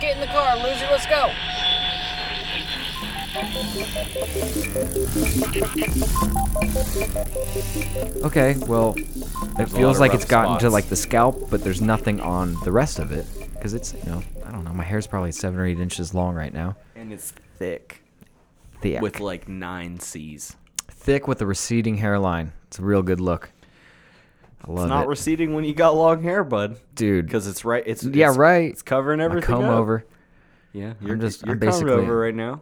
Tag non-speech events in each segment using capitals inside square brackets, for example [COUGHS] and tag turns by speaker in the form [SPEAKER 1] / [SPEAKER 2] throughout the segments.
[SPEAKER 1] Get in the car, loser. Let's go.
[SPEAKER 2] Okay, well, it
[SPEAKER 3] There's a lot
[SPEAKER 2] feels
[SPEAKER 3] of
[SPEAKER 2] like
[SPEAKER 3] rough
[SPEAKER 2] it's gotten to
[SPEAKER 3] spots.
[SPEAKER 2] like the scalp, but there's nothing on the rest of it because it's you know I don't know. My hair's probably seven or eight inches long right now.
[SPEAKER 3] And it's thick
[SPEAKER 2] Thick
[SPEAKER 3] with like nine C's.
[SPEAKER 2] thick with a receding hairline. It's a real good look. I love
[SPEAKER 3] It's not
[SPEAKER 2] it,
[SPEAKER 3] receding when you got long hair, bud.
[SPEAKER 2] dude.
[SPEAKER 3] Because it's right. It's
[SPEAKER 2] yeah,
[SPEAKER 3] it's-
[SPEAKER 2] right.
[SPEAKER 3] It's covering
[SPEAKER 2] My
[SPEAKER 3] everything.
[SPEAKER 2] comb
[SPEAKER 3] up.
[SPEAKER 2] over.
[SPEAKER 3] Yeah, you're
[SPEAKER 2] just-
[SPEAKER 3] just you're
[SPEAKER 2] I'm
[SPEAKER 3] combed
[SPEAKER 2] basically-
[SPEAKER 3] over
[SPEAKER 2] [LAUGHS]
[SPEAKER 3] right now.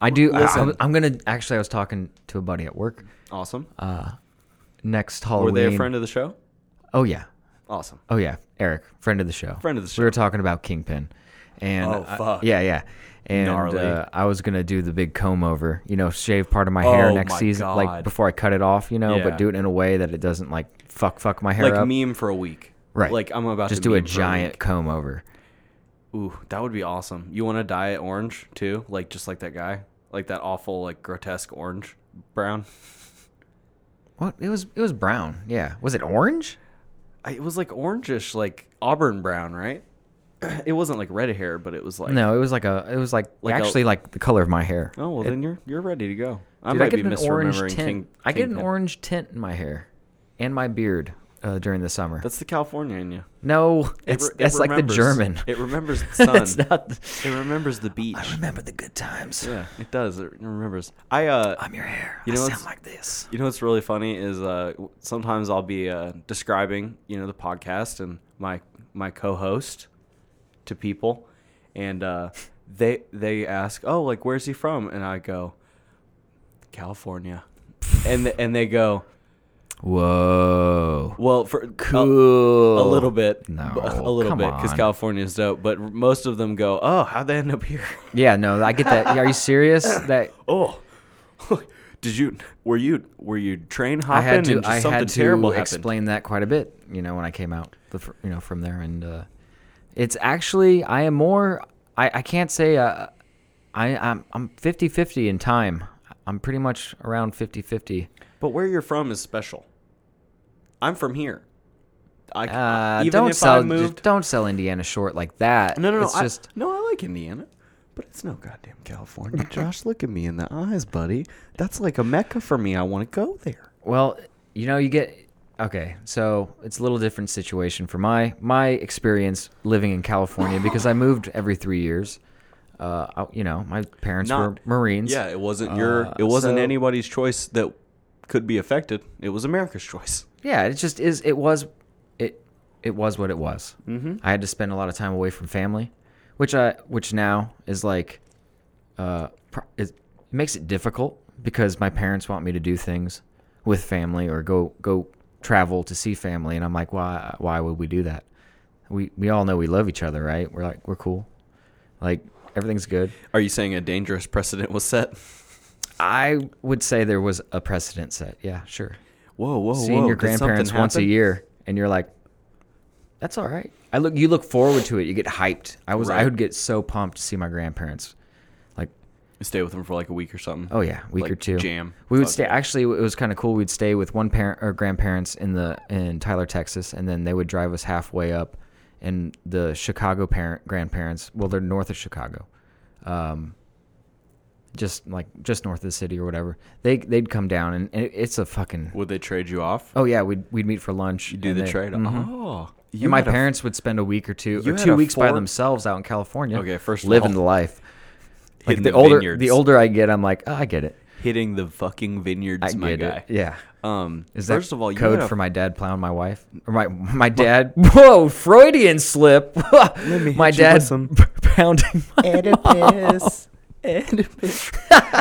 [SPEAKER 2] I do. I,
[SPEAKER 3] listen.
[SPEAKER 2] I'm, I'm gonna actually. I was talking to a buddy at work
[SPEAKER 3] Awesome.
[SPEAKER 2] next Halloween.
[SPEAKER 3] Were they a friend of the show?
[SPEAKER 2] Oh yeah.
[SPEAKER 3] Awesome.
[SPEAKER 2] Oh yeah, Eric, friend of the show.
[SPEAKER 3] Friend of the
[SPEAKER 2] We were
[SPEAKER 3] show.
[SPEAKER 2] talking about Kingpin, and
[SPEAKER 3] Oh,
[SPEAKER 2] I-
[SPEAKER 3] fuck.
[SPEAKER 2] yeah, yeah, and
[SPEAKER 3] Gnarly.
[SPEAKER 2] uh, I was gonna do the big comb over, you know, shave part of my
[SPEAKER 3] Oh,
[SPEAKER 2] hair next
[SPEAKER 3] my
[SPEAKER 2] season, like
[SPEAKER 3] God.
[SPEAKER 2] before I cut it off, you know,
[SPEAKER 3] Yeah.
[SPEAKER 2] but do it in a way that it doesn't like fuck fuck my hair
[SPEAKER 3] Like
[SPEAKER 2] up.
[SPEAKER 3] meme for a week.
[SPEAKER 2] right?
[SPEAKER 3] Like I'm about
[SPEAKER 2] just
[SPEAKER 3] to
[SPEAKER 2] do a
[SPEAKER 3] meme for
[SPEAKER 2] giant
[SPEAKER 3] week.
[SPEAKER 2] comb over.
[SPEAKER 3] Ooh, that would be awesome. You want to dye it orange too, like just like that guy, like that awful like grotesque orange brown.
[SPEAKER 2] What? It was it was brown. Yeah. Was it orange?
[SPEAKER 3] I, it was like orangish, like auburn brown, right? [CLEARS THROAT] It wasn't like red hair, but it was like
[SPEAKER 2] No, it was like a. It was like,
[SPEAKER 3] Like a-
[SPEAKER 2] actually like the color of my hair.
[SPEAKER 3] Oh well, then you're you're ready to go. I
[SPEAKER 2] Dude,
[SPEAKER 3] might
[SPEAKER 2] I get
[SPEAKER 3] be
[SPEAKER 2] an orange
[SPEAKER 3] misremembering
[SPEAKER 2] tint.
[SPEAKER 3] King,
[SPEAKER 2] I get an
[SPEAKER 3] Kingpin.
[SPEAKER 2] orange tint in my hair, and my beard uh, during the summer.
[SPEAKER 3] That's the California in you.
[SPEAKER 2] No,
[SPEAKER 3] It
[SPEAKER 2] it's
[SPEAKER 3] re- it
[SPEAKER 2] that's like the
[SPEAKER 3] remembers.
[SPEAKER 2] German. [LAUGHS]
[SPEAKER 3] It remembers [LAUGHS] the sun.
[SPEAKER 2] That's not. the-
[SPEAKER 3] It remembers the beach.
[SPEAKER 2] I remember the good times.
[SPEAKER 3] Yeah, it does. It remembers. I uh,
[SPEAKER 2] I'm your hair.
[SPEAKER 3] You
[SPEAKER 2] I
[SPEAKER 3] know
[SPEAKER 2] sound
[SPEAKER 3] what's-
[SPEAKER 2] like this.
[SPEAKER 3] You know what's really funny is uh, w- sometimes I'll be uh, describing you know the podcast and my my co-host to people, and uh, they they ask, "Oh, like where's he from?" And I go, "California," and th- and they go,
[SPEAKER 2] Whoa.
[SPEAKER 3] "Well, for a-
[SPEAKER 2] Cool.
[SPEAKER 3] Oh, a, little bit,
[SPEAKER 2] No,
[SPEAKER 3] b- [LAUGHS] a little
[SPEAKER 2] come
[SPEAKER 3] bit, because
[SPEAKER 2] on.
[SPEAKER 3] California's dope." But r- most of them go, "Oh, how'd they end up here?"
[SPEAKER 2] [LAUGHS]
[SPEAKER 3] [LAUGHS]
[SPEAKER 2] Yeah, no, I get that. Yeah, Are you serious? That
[SPEAKER 3] oh. [LAUGHS] Did you were you were you train
[SPEAKER 2] I
[SPEAKER 3] hopping
[SPEAKER 2] had to.
[SPEAKER 3] and just
[SPEAKER 2] I
[SPEAKER 3] something
[SPEAKER 2] had to
[SPEAKER 3] terrible happened?
[SPEAKER 2] explain that quite a bit. You know, when I came out, the fir- you know from there, and uh, it's actually I am more. I I can't say. Uh, I I'm I'm 50-50 in time. I'm pretty much around 50-50.
[SPEAKER 3] But where you're from is special. I'm from here. I c-
[SPEAKER 2] Uh,
[SPEAKER 3] even
[SPEAKER 2] don't
[SPEAKER 3] if
[SPEAKER 2] sell
[SPEAKER 3] I moved.
[SPEAKER 2] don't sell Indiana short like that.
[SPEAKER 3] no, no, no.
[SPEAKER 2] It's
[SPEAKER 3] I,
[SPEAKER 2] just
[SPEAKER 3] no, I like Indiana, but it's no goddamn
[SPEAKER 2] [LAUGHS]
[SPEAKER 3] California. Josh, look at me in the eyes, buddy. That's like a mecca for me. I want to go there.
[SPEAKER 2] Well, you know, you get okay. So it's a little different situation for my my experience living in California because I moved every three years. Uh, I, you know, my parents
[SPEAKER 3] Not-
[SPEAKER 2] were Marines.
[SPEAKER 3] Yeah, it wasn't your.
[SPEAKER 2] Uh,
[SPEAKER 3] It wasn't
[SPEAKER 2] so-
[SPEAKER 3] anybody's choice that could be affected. It was America's choice.
[SPEAKER 2] yeah. It just is. It was. It it was what it was. Mm-hmm. I had to spend a lot of time away from family, which I which now is like, uh, pr- it makes it difficult because my parents want me to do things with family or go go travel to see family, and I'm like, why why would we do that? we we all know we love each other, right? We're like we're cool, like everything's good.
[SPEAKER 3] Are you saying a dangerous precedent was set?
[SPEAKER 2] I would say there was a precedent set. Yeah, sure.
[SPEAKER 3] Whoa, whoa,
[SPEAKER 2] Seeing
[SPEAKER 3] Oh, whoa!
[SPEAKER 2] your
[SPEAKER 3] did something
[SPEAKER 2] grandparents once a
[SPEAKER 3] happen?
[SPEAKER 2] year, and you're like, that's all right. I look, you look forward to it. You get hyped. I was, I
[SPEAKER 3] Right.
[SPEAKER 2] would get so pumped to see my grandparents. Like,
[SPEAKER 3] Stay with them for like a week or something.
[SPEAKER 2] oh yeah, week
[SPEAKER 3] Like
[SPEAKER 2] or two.
[SPEAKER 3] Jam.
[SPEAKER 2] We would
[SPEAKER 3] Fuck
[SPEAKER 2] stay.
[SPEAKER 3] yeah.
[SPEAKER 2] Actually, it was kind of cool. We'd stay with one parent or grandparents in the in Tyler, Texas, and then they would drive us halfway up. And the Chicago parent grandparents, well, they're north of Chicago, um, just like just north of the city or whatever. They they'd come down, and, and it's a fucking.
[SPEAKER 3] Would they trade you off?
[SPEAKER 2] Oh yeah, we'd we'd meet for lunch.
[SPEAKER 3] You do
[SPEAKER 2] and
[SPEAKER 3] the
[SPEAKER 2] they-
[SPEAKER 3] trade.
[SPEAKER 2] Mhm.
[SPEAKER 3] Oh,
[SPEAKER 2] and my
[SPEAKER 3] had a-
[SPEAKER 2] parents would spend a week or two
[SPEAKER 3] you
[SPEAKER 2] or
[SPEAKER 3] had
[SPEAKER 2] two
[SPEAKER 3] a
[SPEAKER 2] weeks by
[SPEAKER 3] four-
[SPEAKER 2] themselves out in California.
[SPEAKER 3] Okay, first of
[SPEAKER 2] living
[SPEAKER 3] all,
[SPEAKER 2] the life. Like
[SPEAKER 3] hitting
[SPEAKER 2] the
[SPEAKER 3] the
[SPEAKER 2] older the
[SPEAKER 3] vineyards.
[SPEAKER 2] older I get, I'm like, oh, I get it.
[SPEAKER 3] hitting the fucking vineyards,
[SPEAKER 2] I
[SPEAKER 3] my
[SPEAKER 2] get
[SPEAKER 3] guy.
[SPEAKER 2] it. Yeah.
[SPEAKER 3] Um,
[SPEAKER 2] Is that
[SPEAKER 3] first of all, you
[SPEAKER 2] code
[SPEAKER 3] had a-
[SPEAKER 2] for my dad plowing my wife or my [LAUGHS] my dad? Whoa, Freudian slip. [LAUGHS]
[SPEAKER 3] me
[SPEAKER 2] my
[SPEAKER 3] hit you with
[SPEAKER 2] dad
[SPEAKER 3] some-
[SPEAKER 2] [LAUGHS] pounding.
[SPEAKER 3] [LAUGHS]
[SPEAKER 2] My
[SPEAKER 3] Oedipus. Oedipus.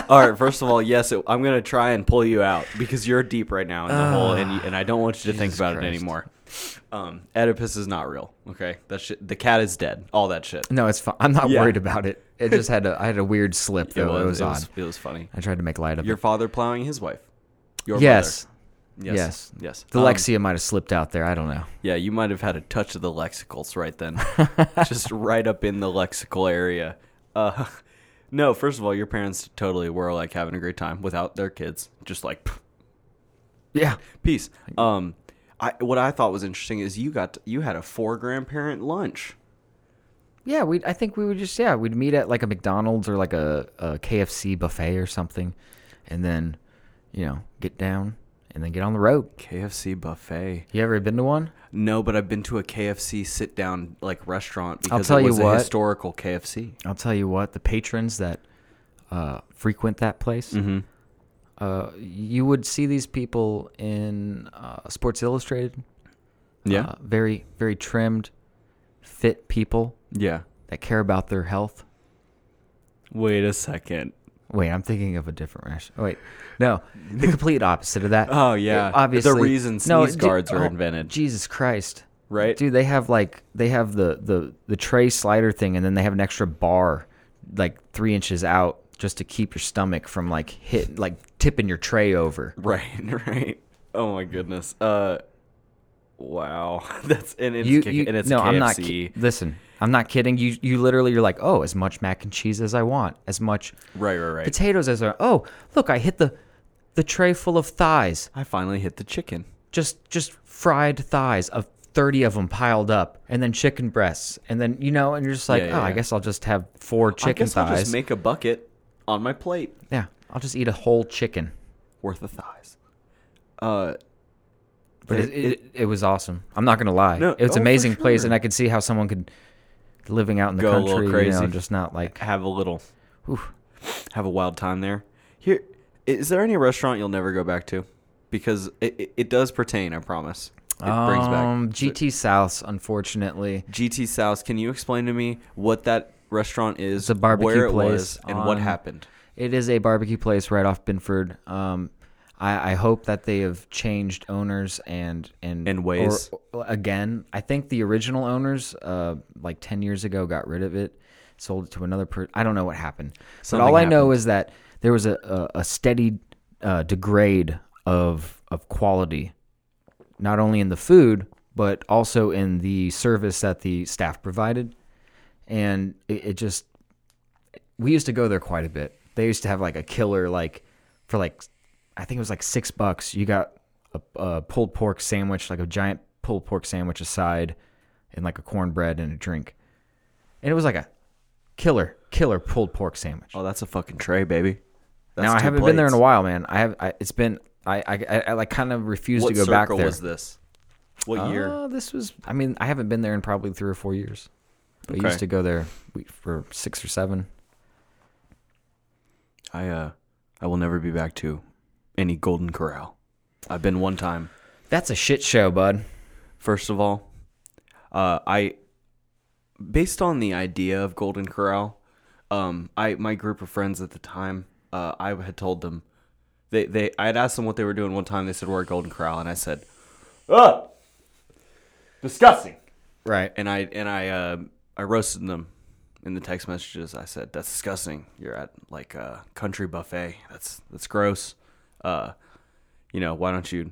[SPEAKER 3] all right. First of all, yes, it, I'm gonna try and pull you out because you're deep right now in the hole, and you, and I don't want you to think
[SPEAKER 2] Ah, Jesus
[SPEAKER 3] about it
[SPEAKER 2] Christ.
[SPEAKER 3] anymore. Um, Oedipus is not real. Okay, that shit. The cat is dead. All that shit.
[SPEAKER 2] no, it's fine. I'm not
[SPEAKER 3] Yeah.
[SPEAKER 2] worried about it. It just had a I had a weird slip though. It was,
[SPEAKER 3] [LAUGHS] it
[SPEAKER 2] odd.
[SPEAKER 3] was, it was funny.
[SPEAKER 2] I tried to make light of
[SPEAKER 3] Your
[SPEAKER 2] it.
[SPEAKER 3] father plowing his wife. Your
[SPEAKER 2] Yes,
[SPEAKER 3] mother.
[SPEAKER 2] yes.
[SPEAKER 3] Yes.
[SPEAKER 2] the
[SPEAKER 3] Um,
[SPEAKER 2] Lexia might have slipped out there. I don't know.
[SPEAKER 3] Yeah, you might have had a touch of the lexicals right
[SPEAKER 2] [LAUGHS]
[SPEAKER 3] then, just right up in the lexical area. Uh, [LAUGHS] no, first of all, your parents totally were like having a great time without their kids, just like pff,
[SPEAKER 2] Yeah,
[SPEAKER 3] peace. Um, I what I thought was interesting is you got you had a four grandparent lunch.
[SPEAKER 2] Yeah, we. I think we would just yeah, we'd meet at like a McDonald's or like a, a KFC buffet or something, and then, you know, get down and then get on the road.
[SPEAKER 3] KFC buffet.
[SPEAKER 2] You ever been to one?
[SPEAKER 3] No, but I've been to a KFC sit down like restaurant because
[SPEAKER 2] I'll tell
[SPEAKER 3] it
[SPEAKER 2] you
[SPEAKER 3] was a
[SPEAKER 2] what.
[SPEAKER 3] historical KFC.
[SPEAKER 2] I'll tell you what, the patrons that uh, frequent that place,
[SPEAKER 3] Mm-hmm.
[SPEAKER 2] uh, you would see these people in uh, Sports Illustrated.
[SPEAKER 3] Yeah.
[SPEAKER 2] Uh, very very trimmed, fit people
[SPEAKER 3] yeah.
[SPEAKER 2] that care about their health.
[SPEAKER 3] Wait a second.
[SPEAKER 2] Wait, I'm thinking of a different rash. Oh, wait, no,
[SPEAKER 3] [LAUGHS]
[SPEAKER 2] the complete opposite of that.
[SPEAKER 3] Oh, yeah.
[SPEAKER 2] It- obviously.
[SPEAKER 3] The reason sneeze
[SPEAKER 2] d-
[SPEAKER 3] guards were invented.
[SPEAKER 2] oh, Jesus Christ,
[SPEAKER 3] Right?
[SPEAKER 2] Dude, they have like they have the the the tray slider thing, and then they have an extra bar, like three inches out, just to keep your stomach from like hit like tipping your tray over.
[SPEAKER 3] Right, [LAUGHS] right. Oh my goodness. Uh wow. [LAUGHS] That's and it's
[SPEAKER 2] you,
[SPEAKER 3] kick-
[SPEAKER 2] you
[SPEAKER 3] and it's
[SPEAKER 2] no,
[SPEAKER 3] KFC.
[SPEAKER 2] I'm not. ki- Listen, I'm not kidding. You you literally you're like, oh, as much mac and cheese as I want, as much
[SPEAKER 3] right, right, right.
[SPEAKER 2] potatoes as I. Oh, look, I hit the the tray full of thighs,
[SPEAKER 3] I finally hit the chicken.
[SPEAKER 2] just just fried thighs of thirty of them piled up, and then chicken breasts, and then you know, and you're just like,
[SPEAKER 3] Yeah, yeah,
[SPEAKER 2] oh, I
[SPEAKER 3] yeah.
[SPEAKER 2] guess I'll just have four
[SPEAKER 3] I
[SPEAKER 2] chicken
[SPEAKER 3] guess
[SPEAKER 2] thighs.
[SPEAKER 3] I'll just make a bucket on my plate
[SPEAKER 2] Yeah, I'll just eat a whole chicken.
[SPEAKER 3] worth of thighs. Uh
[SPEAKER 2] But it, it, it was awesome. I'm not gonna lie.
[SPEAKER 3] No,
[SPEAKER 2] it was
[SPEAKER 3] oh, for
[SPEAKER 2] an amazing place,
[SPEAKER 3] sure.
[SPEAKER 2] and I could see how someone could living out in the
[SPEAKER 3] Go a little
[SPEAKER 2] country, you know,
[SPEAKER 3] crazy.
[SPEAKER 2] just not like.
[SPEAKER 3] have a little
[SPEAKER 2] Oof.
[SPEAKER 3] have a wild time there. Here is there any restaurant you'll never go back to? Because it, it, it does pertain, I promise. It brings
[SPEAKER 2] Um,
[SPEAKER 3] back
[SPEAKER 2] GT South, unfortunately.
[SPEAKER 3] GT South. Can you explain to me what that restaurant is,
[SPEAKER 2] It's a barbecue
[SPEAKER 3] where it
[SPEAKER 2] place
[SPEAKER 3] was, and
[SPEAKER 2] on-
[SPEAKER 3] what happened?
[SPEAKER 2] It is a barbecue place right off Binford. Um, I, I hope that they have changed owners and and
[SPEAKER 3] And ways.
[SPEAKER 2] or- again. I think the original owners, uh, like ten years ago, got rid of it, sold it to another person. I don't know what happened. but
[SPEAKER 3] Something
[SPEAKER 2] all I know is that there was a a, a steady uh, degrade of of quality, not only in the food but also in the service that the staff provided, and it, it just we used to go there quite a bit. They used to have like a killer like for like I think it was like six bucks. You got a, a pulled pork sandwich, like a giant pulled pork sandwich, a side, and like a cornbread and a drink. And it was like a killer, killer pulled pork sandwich.
[SPEAKER 3] Oh, that's a fucking tray, baby.
[SPEAKER 2] now I haven't been there in a while, man. I have. I, it's been. I I, I, I like kind of refuse
[SPEAKER 3] What
[SPEAKER 2] to go
[SPEAKER 3] circle
[SPEAKER 2] back there.
[SPEAKER 3] was this? What year?
[SPEAKER 2] Uh, this was. I mean, I haven't been there in probably three or four years. But I
[SPEAKER 3] Okay.
[SPEAKER 2] used to go there we- for six or seven.
[SPEAKER 3] I uh, I will never be back to any Golden Corral. I've been one time.
[SPEAKER 2] That's a shit show, bud.
[SPEAKER 3] First of all, uh, I based on the idea of Golden Corral, um, I my group of friends at the time, uh, I had told them they they I had asked them what they were doing one time. They said we're at Golden Corral, and I said, "Ugh, disgusting."
[SPEAKER 2] Right.
[SPEAKER 3] and I and I uh, I roasted them in the text messages. I said, "That's disgusting. You're at like a country buffet. That's that's gross. Uh, you know why don't you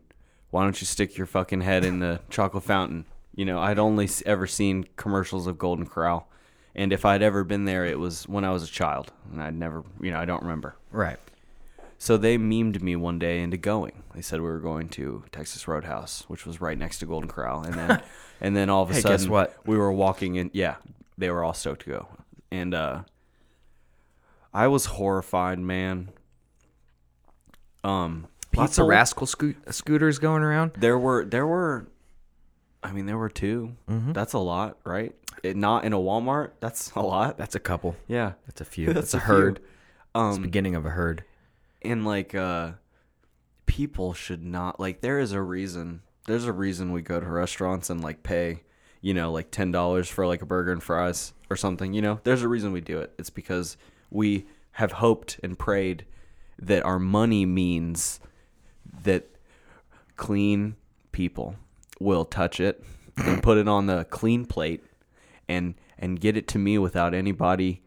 [SPEAKER 3] why don't you stick your fucking head in the chocolate fountain? You know I'd only s- ever seen commercials of Golden Corral, and if I'd ever been there, it was when I was a child, and I'd never you know I don't remember.
[SPEAKER 2] Right.
[SPEAKER 3] So they memed me one day into going. They said we were going to Texas Roadhouse, which was right next to Golden Corral, and
[SPEAKER 2] [LAUGHS]
[SPEAKER 3] then and then all of a
[SPEAKER 2] Hey,
[SPEAKER 3] sudden,
[SPEAKER 2] guess what?
[SPEAKER 3] We were walking in. Yeah, they were all stoked to go, and uh, I was horrified, man. Um,
[SPEAKER 2] Lots of
[SPEAKER 3] people-
[SPEAKER 2] rascal scoot- scooters going around.
[SPEAKER 3] There were there were, I mean, there were 2
[SPEAKER 2] Mm-hmm.
[SPEAKER 3] That's a lot, right? It, not in a Walmart. That's a lot.
[SPEAKER 2] That's a couple.
[SPEAKER 3] yeah,
[SPEAKER 2] That's a few. That's, a,
[SPEAKER 3] few.
[SPEAKER 2] herd. It's
[SPEAKER 3] Um,
[SPEAKER 2] the beginning of a herd.
[SPEAKER 3] and like uh people should not like there is a reason there's a reason we go to restaurants and like pay you know like ten dollars for like a burger and fries or something you know there's a reason we do it it's because we have hoped and prayed that our money means that clean people will touch it and put it on the clean plate and and get it to me without anybody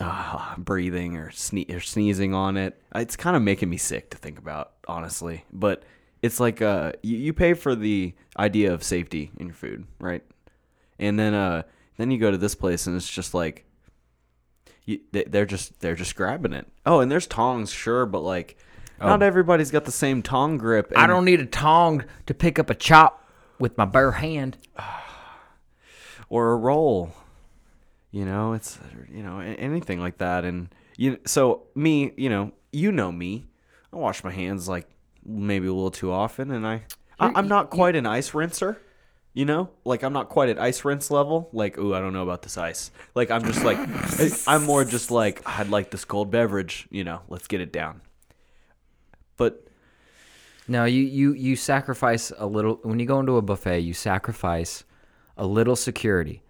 [SPEAKER 3] uh, breathing or, sne- or sneezing on it. It's kind of making me sick to think about, honestly. But it's like uh, you, you pay for the idea of safety in your food, right? And then uh, then you go to this place and it's just like you, they, they're just they're just grabbing it. Oh, and there's tongs, sure, but like not everybody's got the same tong grip.
[SPEAKER 2] I
[SPEAKER 3] and-
[SPEAKER 2] don't need a tong to pick up a chop with my bare hand.
[SPEAKER 3] or a roll. you know it's you know a- anything like that and you so me you know you know me i wash my hands like maybe a little too often and i, I i'm not quite an ice rinser you know like i'm not quite at ice rinse level like ooh i don't know about this ice like i'm just like I- i'm more just like i'd like this cold beverage you know let's get it down but
[SPEAKER 2] No, you you you sacrifice a little when you go into a buffet. You sacrifice a little security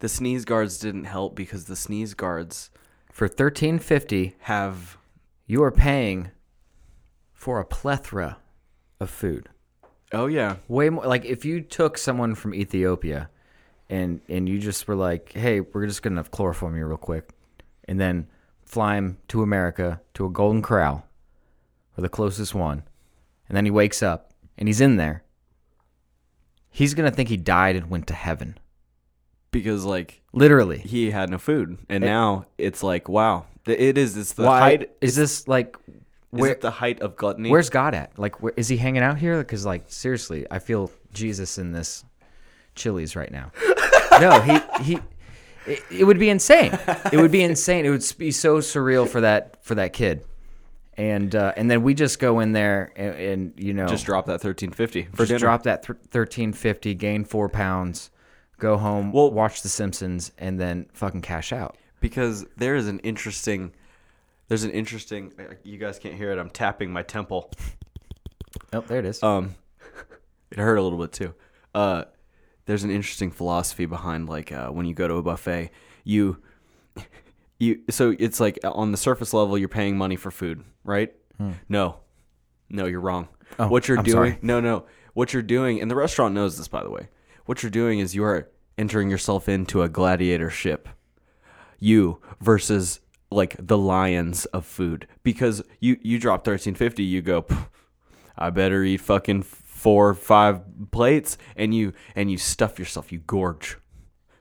[SPEAKER 3] the sneeze guards didn't help because the sneeze guards
[SPEAKER 2] for thirteen fifty.
[SPEAKER 3] have
[SPEAKER 2] You are paying for a plethora of food.
[SPEAKER 3] oh yeah
[SPEAKER 2] Way more like if you took someone from Ethiopia and and you just were like, "Hey, we're just going to chloroform you real quick." And then fly him to America to a Golden Corral or the closest one. And then he wakes up and he's in there. He's going to think he died and went to heaven.
[SPEAKER 3] because like
[SPEAKER 2] Literally.
[SPEAKER 3] he had no food, and now it's like wow, th- it is. It's the
[SPEAKER 2] Why
[SPEAKER 3] height.
[SPEAKER 2] is this like
[SPEAKER 3] Is
[SPEAKER 2] where
[SPEAKER 3] it the height of gluttony?
[SPEAKER 2] where's God at? Like where is he hanging out here? Cuz like seriously, I feel Jesus in this Chili's right
[SPEAKER 3] [LAUGHS]
[SPEAKER 2] now. no, he he it, it would be insane. It would be insane. It would be so surreal for that for that kid. And uh, and then we just go in there and, and you know
[SPEAKER 3] just drop that thirteen fifty for
[SPEAKER 2] just
[SPEAKER 3] dinner.
[SPEAKER 2] drop that th- 1350, gain 4 pounds, go home,
[SPEAKER 3] Well-
[SPEAKER 2] watch the Simpsons and then fucking cash out.
[SPEAKER 3] because there is an interesting. There's an interesting. uh, You guys can't hear it. I'm tapping my temple.
[SPEAKER 2] Oh, there it is.
[SPEAKER 3] Um, [LAUGHS] it hurt a little bit too. Uh, there's an interesting philosophy behind like uh, when you go to a buffet, you, [LAUGHS] you. So it's like uh, on the surface level, you're paying money for food, right? No, no, you're wrong.
[SPEAKER 2] Hmm. Oh,
[SPEAKER 3] what you're
[SPEAKER 2] I'm
[SPEAKER 3] doing?
[SPEAKER 2] sorry.
[SPEAKER 3] [LAUGHS] No, no. What you're doing, and the restaurant knows this, by the way. What you're doing is you are entering yourself into a gladiator ship you versus like the lions of food because you you drop 1350 you go "Pff, i better eat fucking four or five plates and you and you stuff yourself you gorge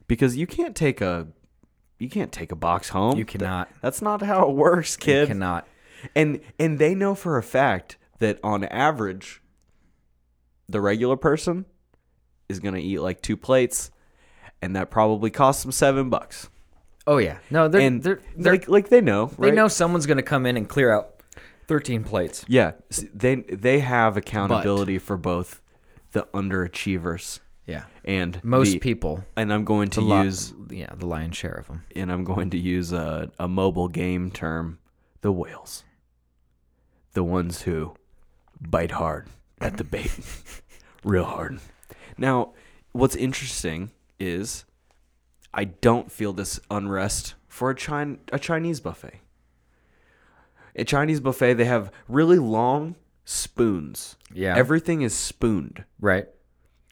[SPEAKER 3] because you can't take a you can't take a box home
[SPEAKER 2] You cannot.
[SPEAKER 3] that's not how it works
[SPEAKER 2] You
[SPEAKER 3] kid
[SPEAKER 2] cannot.
[SPEAKER 3] and and they know for a fact that on average the regular person is going to eat like two plates and that probably costs them 7 bucks
[SPEAKER 2] Oh yeah. No, they're
[SPEAKER 3] and
[SPEAKER 2] they're, they're
[SPEAKER 3] like like they know, right?
[SPEAKER 2] They know someone's going to come in and clear out 13 plates.
[SPEAKER 3] Yeah, s- they they have accountability for both the underachievers
[SPEAKER 2] Yeah.
[SPEAKER 3] and
[SPEAKER 2] Most
[SPEAKER 3] the-
[SPEAKER 2] people
[SPEAKER 3] And I'm going to
[SPEAKER 2] li-
[SPEAKER 3] use
[SPEAKER 2] yeah, the lion's share of them.
[SPEAKER 3] and I'm going to use a a mobile game term: the whales, the ones who bite hard at
[SPEAKER 2] [LAUGHS]
[SPEAKER 3] the bait, real hard. Now, what's interesting is I don't feel this unrest for a Chin- a Chinese buffet. At Chinese buffet, they have really long spoons.
[SPEAKER 2] Yeah.
[SPEAKER 3] everything is spooned.
[SPEAKER 2] Right.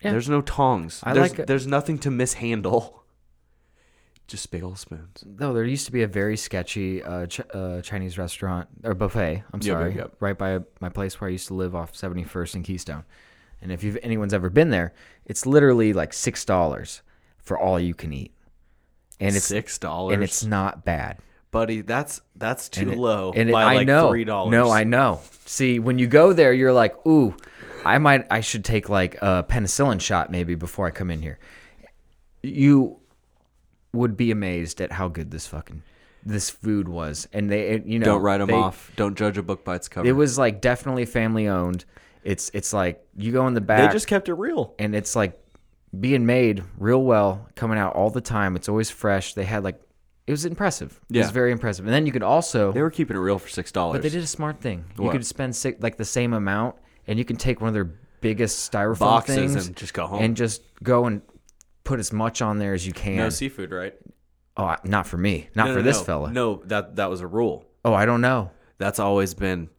[SPEAKER 2] Yeah.
[SPEAKER 3] There's no tongs.
[SPEAKER 2] I
[SPEAKER 3] there's,
[SPEAKER 2] like it.
[SPEAKER 3] there's nothing to mishandle. [LAUGHS] Just big old spoons.
[SPEAKER 2] No, there used to be a very sketchy uh, ch- uh, Chinese restaurant or buffet. I'm
[SPEAKER 3] Yep,
[SPEAKER 2] sorry,
[SPEAKER 3] yep, yep.
[SPEAKER 2] right by my place where I used to live, off 71st and Keystone. And if you've anyone's ever been there, it's literally like six dollars for all you can eat, and it's
[SPEAKER 3] six dollars.
[SPEAKER 2] and it's not bad.
[SPEAKER 3] buddy, that's that's too
[SPEAKER 2] it-
[SPEAKER 3] low.
[SPEAKER 2] And it-
[SPEAKER 3] Oh, by
[SPEAKER 2] I
[SPEAKER 3] like
[SPEAKER 2] know.
[SPEAKER 3] three dollars.
[SPEAKER 2] No, I know. See, when you go there, you're like, ooh, I might, I should take like a penicillin shot maybe before I come in here. You would be amazed at how good this fucking this food was, and they, and, you know,
[SPEAKER 3] don't write them
[SPEAKER 2] they-
[SPEAKER 3] off. Don't judge a book by its cover.
[SPEAKER 2] It was like definitely family owned. It's it's like you go in the
[SPEAKER 3] they
[SPEAKER 2] back,
[SPEAKER 3] just kept it real.
[SPEAKER 2] and it's like being made real well, coming out all the time. It's always fresh. They had like. It was impressive. It was
[SPEAKER 3] Yeah.
[SPEAKER 2] very impressive. And then you could also
[SPEAKER 3] They were keeping it real for six dollars.
[SPEAKER 2] but they did a smart thing. You
[SPEAKER 3] What?
[SPEAKER 2] could spend six, like the same amount, and you can take one of their biggest styrofoam
[SPEAKER 3] boxes
[SPEAKER 2] things
[SPEAKER 3] and just go home.
[SPEAKER 2] and just go and put as much on there as you can.
[SPEAKER 3] no seafood, right?
[SPEAKER 2] oh, I- not for me. Not
[SPEAKER 3] No,
[SPEAKER 2] for
[SPEAKER 3] no,
[SPEAKER 2] this
[SPEAKER 3] no.
[SPEAKER 2] fella.
[SPEAKER 3] No, that that was a rule.
[SPEAKER 2] Oh, I don't know.
[SPEAKER 3] That's always been.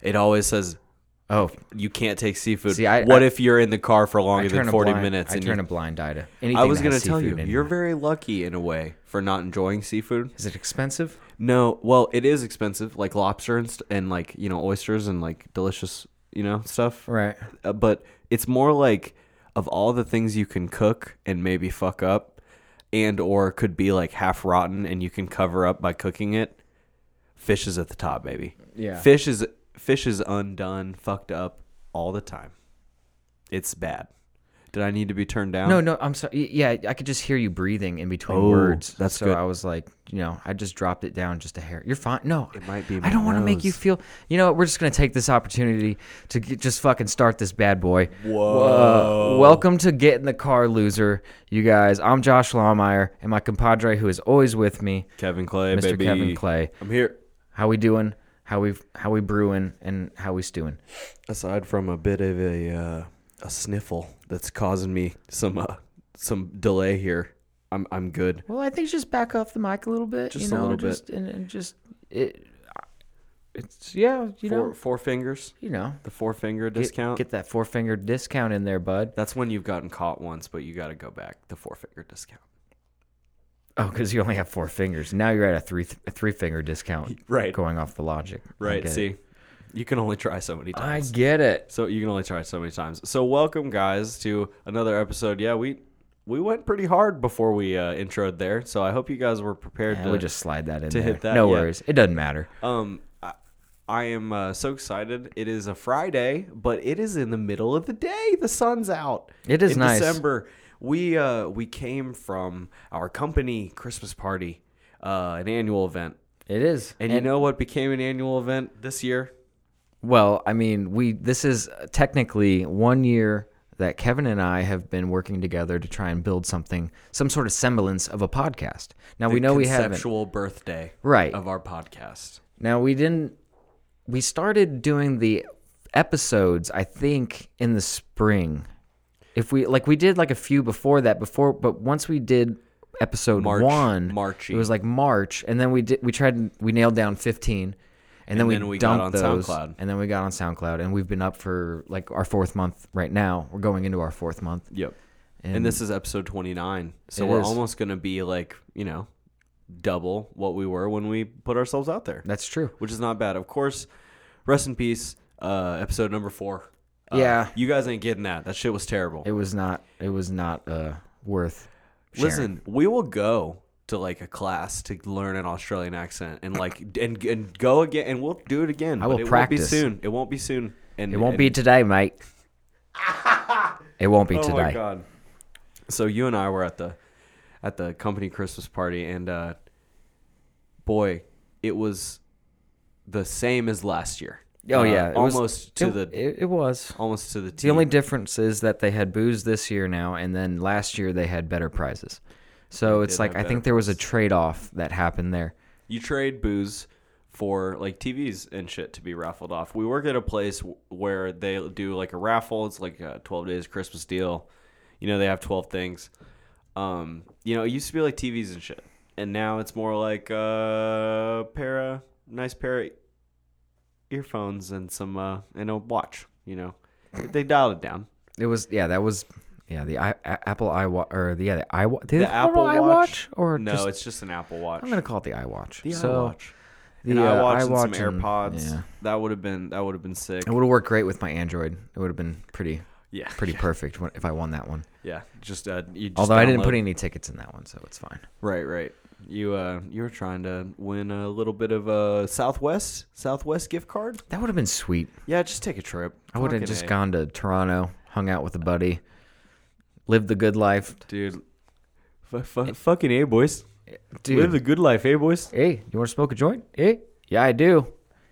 [SPEAKER 3] It always says
[SPEAKER 2] Oh,
[SPEAKER 3] you can't take seafood.
[SPEAKER 2] See, I-
[SPEAKER 3] what
[SPEAKER 2] I-
[SPEAKER 3] if you're in the car for
[SPEAKER 2] I
[SPEAKER 3] longer
[SPEAKER 2] turn
[SPEAKER 3] than
[SPEAKER 2] a
[SPEAKER 3] forty
[SPEAKER 2] blind,
[SPEAKER 3] minutes?
[SPEAKER 2] I
[SPEAKER 3] and
[SPEAKER 2] turn
[SPEAKER 3] you,
[SPEAKER 2] a blind eye to anything.
[SPEAKER 3] I was
[SPEAKER 2] going
[SPEAKER 3] gonna
[SPEAKER 2] to
[SPEAKER 3] tell you, you're
[SPEAKER 2] Anyway.
[SPEAKER 3] very lucky in a way for not enjoying seafood.
[SPEAKER 2] Is it expensive?
[SPEAKER 3] No, well, it is expensive, like lobster and, st- and like you know oysters and like delicious you know stuff.
[SPEAKER 2] Right.
[SPEAKER 3] Uh, but it's more like of all the things you can cook and maybe fuck up, and or could be like half rotten and you can cover up by cooking it. Fish is at the top, baby.
[SPEAKER 2] Yeah.
[SPEAKER 3] Fish is fish is undone, fucked up all the time. It's bad. Did I need to be turned down?
[SPEAKER 2] No, no, I'm sorry. Yeah, I could just hear you breathing in between
[SPEAKER 3] Um, Oh,
[SPEAKER 2] words.
[SPEAKER 3] that's
[SPEAKER 2] so
[SPEAKER 3] good.
[SPEAKER 2] I was like, you know, I just dropped it down just a hair. You're fine. No,
[SPEAKER 3] It might be
[SPEAKER 2] I don't
[SPEAKER 3] my
[SPEAKER 2] want to make you
[SPEAKER 3] nose.
[SPEAKER 2] feel. You know, what? we're just gonna take this opportunity to get, just fucking start this bad boy.
[SPEAKER 3] Whoa.
[SPEAKER 2] Uh, welcome to Get in the Car, loser. You guys, I'm Josh Lawmeyer and my compadre who is always with me,
[SPEAKER 3] Kevin Clay,
[SPEAKER 2] Mr.
[SPEAKER 3] baby.
[SPEAKER 2] Kevin Clay.
[SPEAKER 3] I'm here.
[SPEAKER 2] How we doing? How we how we brewing and how we stewing?
[SPEAKER 3] Aside from a bit of a uh, a sniffle that's causing me some uh, some delay here, I'm I'm good.
[SPEAKER 2] Well, I think just back off the mic a little bit.
[SPEAKER 3] Just
[SPEAKER 2] you
[SPEAKER 3] a
[SPEAKER 2] know,
[SPEAKER 3] little bit.
[SPEAKER 2] just, And, and just it. It's yeah, you
[SPEAKER 3] four
[SPEAKER 2] know,
[SPEAKER 3] four fingers,
[SPEAKER 2] you know,
[SPEAKER 3] the four finger
[SPEAKER 2] Get-
[SPEAKER 3] discount.
[SPEAKER 2] Get, that four finger discount in there, bud.
[SPEAKER 3] that's when you've gotten caught once, but you got to go back. The four finger discount.
[SPEAKER 2] Oh, because you only have four fingers. Now you're at a three th- a three finger discount.
[SPEAKER 3] Right.
[SPEAKER 2] Going off the logic. I
[SPEAKER 3] Right.
[SPEAKER 2] get it.
[SPEAKER 3] See, you can only try so many times.
[SPEAKER 2] I get it.
[SPEAKER 3] So you can only try it so many times. So welcome guys to another episode. Yeah, we we went pretty hard before we uh introed there. So I hope you guys were prepared
[SPEAKER 2] Yeah,
[SPEAKER 3] to
[SPEAKER 2] we'll just slide that in
[SPEAKER 3] to
[SPEAKER 2] there.
[SPEAKER 3] hit that,
[SPEAKER 2] no
[SPEAKER 3] yeah.
[SPEAKER 2] worries. It doesn't matter.
[SPEAKER 3] um I, I am uh, so excited. It is a Friday, but it is in the middle of the day. The sun's out.
[SPEAKER 2] It is
[SPEAKER 3] in
[SPEAKER 2] nice.
[SPEAKER 3] December. We uh we came from our company Christmas party, uh an annual event.
[SPEAKER 2] It is.
[SPEAKER 3] And, you know what became an annual event this year?
[SPEAKER 2] Well, I mean, we this is technically one year that Kevin and I have been working together to try and build something, some sort of semblance of a podcast. Now we know we haven't.
[SPEAKER 3] conceptual birthday
[SPEAKER 2] Right.
[SPEAKER 3] of our podcast.
[SPEAKER 2] Now we didn't. We started doing the episodes, I think, in the spring. If we like, we did like a few before that. Before, but once we did episode
[SPEAKER 3] March-
[SPEAKER 2] one,
[SPEAKER 3] Marchy.
[SPEAKER 2] it was like March, and then we did. We tried. We nailed down fifteen, and then, we,
[SPEAKER 3] then we got
[SPEAKER 2] dumped
[SPEAKER 3] on
[SPEAKER 2] those,
[SPEAKER 3] SoundCloud.
[SPEAKER 2] and then we got on SoundCloud, and we've been up for like our fourth month right now. We're going into our fourth month.
[SPEAKER 3] Yep. And,
[SPEAKER 2] And-
[SPEAKER 3] this is episode 29. So
[SPEAKER 2] It
[SPEAKER 3] we're
[SPEAKER 2] is.
[SPEAKER 3] almost going to be like, you know, double what we were when we put ourselves out there,
[SPEAKER 2] That's true.
[SPEAKER 3] which is not bad. Of course, rest in peace, uh, episode number four. Uh,
[SPEAKER 2] Yeah.
[SPEAKER 3] You guys ain't getting that. That shit was terrible.
[SPEAKER 2] It was not. It was not uh, worth. sharing.
[SPEAKER 3] Listen, we will go to like a class to learn an Australian accent and like, [LAUGHS] and, and go again, and we'll do it again.
[SPEAKER 2] I will
[SPEAKER 3] it
[SPEAKER 2] practice.
[SPEAKER 3] Won't be soon. It won't be soon. And
[SPEAKER 2] It won't
[SPEAKER 3] and-
[SPEAKER 2] be today, mate. it won't be
[SPEAKER 3] [LAUGHS] Oh my
[SPEAKER 2] today.
[SPEAKER 3] god! So you and I were at the at the company Christmas party, and uh, boy, it was the same as last year.
[SPEAKER 2] Oh
[SPEAKER 3] Uh,
[SPEAKER 2] yeah, it was-
[SPEAKER 3] almost to
[SPEAKER 2] it-
[SPEAKER 3] the
[SPEAKER 2] It, it was.
[SPEAKER 3] almost to the. T.
[SPEAKER 2] The only difference is that they had booze this year now, and then last year they had better prizes. So
[SPEAKER 3] They
[SPEAKER 2] it's
[SPEAKER 3] did
[SPEAKER 2] like I
[SPEAKER 3] have better
[SPEAKER 2] think there was a trade off that happened there.
[SPEAKER 3] you trade booze for like TVs and shit to be raffled off. We work at a place w- where they do like a raffle. It's like a 12 days Christmas deal. You know, they have 12 things. Um, you know, it used to be like TVs and shit. And now it's more like uh para nice pair of earphones and some uh and a watch, you know. They dialed it down.
[SPEAKER 2] It was yeah, that was yeah the I, a- Apple iWatch or the yeah the iWatch the
[SPEAKER 3] Apple Watch?
[SPEAKER 2] or
[SPEAKER 3] no,
[SPEAKER 2] just,
[SPEAKER 3] it's just an Apple Watch.
[SPEAKER 2] I'm gonna call it the iWatch.
[SPEAKER 3] the
[SPEAKER 2] so uh,
[SPEAKER 3] iWatch. And iWatch and some
[SPEAKER 2] iWatch and-
[SPEAKER 3] AirPods.
[SPEAKER 2] yeah.
[SPEAKER 3] That would have been that would have been sick.
[SPEAKER 2] It would have worked great with my Android. It would have been pretty
[SPEAKER 3] [LAUGHS] Yeah.
[SPEAKER 2] pretty perfect when- if I won that one.
[SPEAKER 3] Yeah, just uh, you. Just
[SPEAKER 2] Although I didn't
[SPEAKER 3] download-
[SPEAKER 2] put any tickets in that one, so it's fine.
[SPEAKER 3] Right, right. You uh, you were trying to win a little bit of a Southwest Southwest gift card.
[SPEAKER 2] That would have been sweet.
[SPEAKER 3] Yeah, just take a trip.
[SPEAKER 2] I would have
[SPEAKER 3] Fucking
[SPEAKER 2] just
[SPEAKER 3] A.
[SPEAKER 2] gone to Toronto, hung out with a buddy, lived the good life,
[SPEAKER 3] dude. F- f- fucking a boys, live
[SPEAKER 2] dude.
[SPEAKER 3] the good life, a boys.
[SPEAKER 2] hey, you want to smoke a joint? Hey, yeah, I do.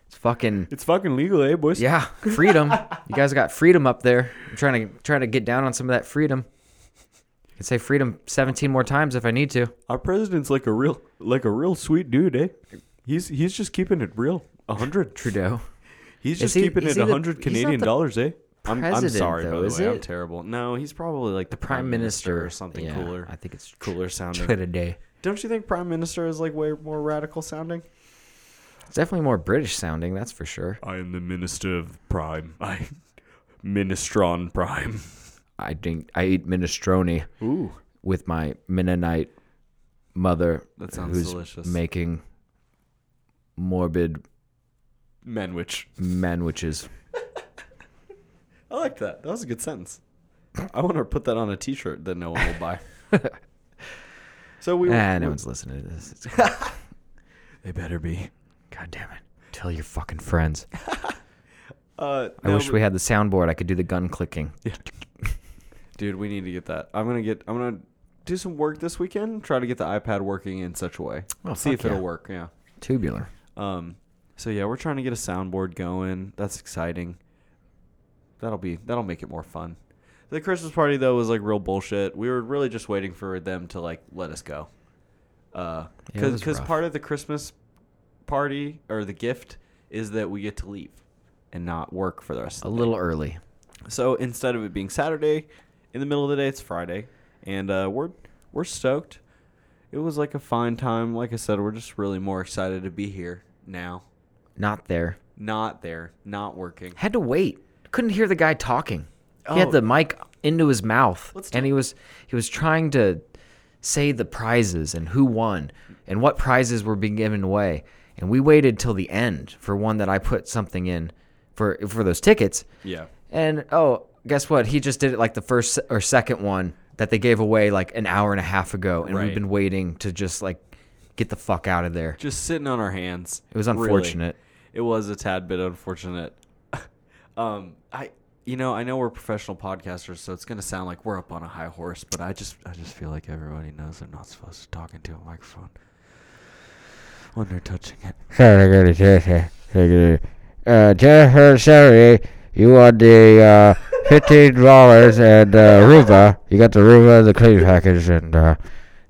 [SPEAKER 2] It's fucking
[SPEAKER 3] It's fucking legal, a boys.
[SPEAKER 2] yeah, freedom. you guys got freedom up there. I'm trying to trying to get down on some of that freedom. I can say freedom 17 more times if I need to.
[SPEAKER 3] Our president's like a real like a real sweet dude, eh? He's he's just keeping it real. A hundred.
[SPEAKER 2] Trudeau.
[SPEAKER 3] He's just
[SPEAKER 2] he-
[SPEAKER 3] keeping
[SPEAKER 2] is
[SPEAKER 3] it
[SPEAKER 2] he
[SPEAKER 3] a
[SPEAKER 2] the-
[SPEAKER 3] hundred
[SPEAKER 2] he's not
[SPEAKER 3] Canadian
[SPEAKER 2] the
[SPEAKER 3] dollars, eh? I'm, I'm
[SPEAKER 2] president,
[SPEAKER 3] sorry, by
[SPEAKER 2] though,
[SPEAKER 3] the
[SPEAKER 2] is
[SPEAKER 3] way. I'm
[SPEAKER 2] it?
[SPEAKER 3] terrible. No, he's probably like the
[SPEAKER 2] Prime Minister
[SPEAKER 3] or something
[SPEAKER 2] Yeah,
[SPEAKER 3] cooler,
[SPEAKER 2] I think it's
[SPEAKER 3] cooler sounding.
[SPEAKER 2] Trudeau.
[SPEAKER 3] Don't you think prime minister is like way more radical sounding?
[SPEAKER 2] It's definitely more British sounding, that's for sure.
[SPEAKER 3] I am the minister of prime. I [LAUGHS] ministron prime.
[SPEAKER 2] I drink I eat minestrone
[SPEAKER 3] Ooh,
[SPEAKER 2] with my Mennonite mother
[SPEAKER 3] that sounds
[SPEAKER 2] who's
[SPEAKER 3] delicious.
[SPEAKER 2] making morbid
[SPEAKER 3] Manwich.
[SPEAKER 2] manwiches.
[SPEAKER 3] I like that. That was a good sentence. I want to put that on a T-shirt that no one will
[SPEAKER 2] [LAUGHS]
[SPEAKER 3] buy. so we.
[SPEAKER 2] Ah,
[SPEAKER 3] we-
[SPEAKER 2] no one's listening to this. It's,
[SPEAKER 3] They better be.
[SPEAKER 2] [LAUGHS] God damn it. Tell your fucking friends.
[SPEAKER 3] Uh,
[SPEAKER 2] I
[SPEAKER 3] no,
[SPEAKER 2] wish
[SPEAKER 3] but-
[SPEAKER 2] we had the soundboard. I could do the gun clicking.
[SPEAKER 3] Dude, we need to get that. I'm gonna get. I'm gonna do some work this weekend. Try to get the iPad working in such a way.
[SPEAKER 2] Oh,
[SPEAKER 3] See
[SPEAKER 2] fuck
[SPEAKER 3] if it'll
[SPEAKER 2] yeah.
[SPEAKER 3] work. Yeah.
[SPEAKER 2] Tubular.
[SPEAKER 3] Um. So yeah, we're trying to get a soundboard going. That's exciting. That'll be that'll make it more fun. The Christmas party though was like real bullshit. We were really just waiting for them to like let us go. Uh,
[SPEAKER 2] Yeah, it
[SPEAKER 3] because
[SPEAKER 2] was rough.
[SPEAKER 3] part of the Christmas party or the gift is that we get to leave and not work for the rest of the
[SPEAKER 2] A little early.
[SPEAKER 3] so instead of it being Saturday, in the middle of the day, it's Friday, and uh, we're we're stoked. It was like a fine time. Like I said, we're just really more excited to be here now.
[SPEAKER 2] Not there.
[SPEAKER 3] Not there, not working.
[SPEAKER 2] Had to wait. Couldn't hear the guy talking. He
[SPEAKER 3] Oh.
[SPEAKER 2] had the mic into his mouth,
[SPEAKER 3] Let's
[SPEAKER 2] and he was he was trying to say the prizes and who won and what prizes were being given away. And we waited till the end for one that I put something in for for those tickets.
[SPEAKER 3] Yeah.
[SPEAKER 2] And oh, guess what? He just did it like the first or second one that they gave away like an hour and a half ago, and
[SPEAKER 3] Right.
[SPEAKER 2] we've been waiting to just like get the fuck out of there.
[SPEAKER 3] Just sitting on our hands.
[SPEAKER 2] It was
[SPEAKER 3] really.
[SPEAKER 2] unfortunate.
[SPEAKER 3] It was a tad bit unfortunate. [LAUGHS] um, I you know I know we're professional podcasters, so it's gonna sound like we're up on a high horse, but I just I just feel like everybody knows they're not supposed to talk into a microphone when they're touching it.
[SPEAKER 1] Uh, Jennifer Sherry, you won the uh, fifteen dollars and uh, Ruva. You got the Ruva, the cleaning package, and uh,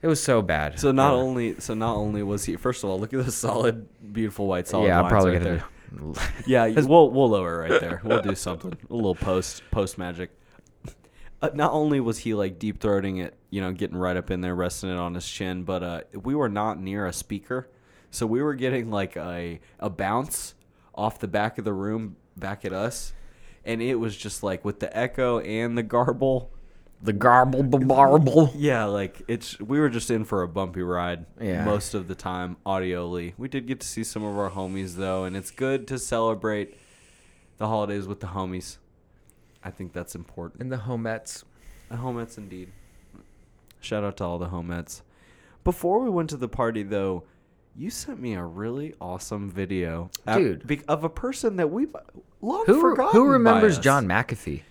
[SPEAKER 2] It was so bad.
[SPEAKER 3] So not only so not only was he first of all look at the solid beautiful white solid
[SPEAKER 2] yeah, I'm
[SPEAKER 3] lines
[SPEAKER 2] probably
[SPEAKER 3] right
[SPEAKER 2] gonna.
[SPEAKER 3] there. yeah you- we'll we'll lower it right there we'll do something a little post post magic. Uh, not only was he like deep throating it you know getting right up in there resting it on his chin but uh, we were not near a speaker so we were getting like a a bounce off the back of the room back at us and it was just like with the echo and the garble
[SPEAKER 2] [LAUGHS] the garble the barble.
[SPEAKER 3] Yeah, like it's we were just in for a bumpy ride
[SPEAKER 2] Yeah.
[SPEAKER 3] most of the time audioly. We did get to see some of our homies though, and it's good to celebrate the holidays with the homies. I think that's important.
[SPEAKER 2] And the homettes.
[SPEAKER 3] The homets indeed. Shout out to all the homets. Before we went to the party though, you sent me a really awesome video, at-
[SPEAKER 2] Dude.
[SPEAKER 3] be- of a person that we've long
[SPEAKER 2] Who
[SPEAKER 3] forgotten.
[SPEAKER 2] who
[SPEAKER 3] by
[SPEAKER 2] remembers
[SPEAKER 3] us.
[SPEAKER 2] John McAfee?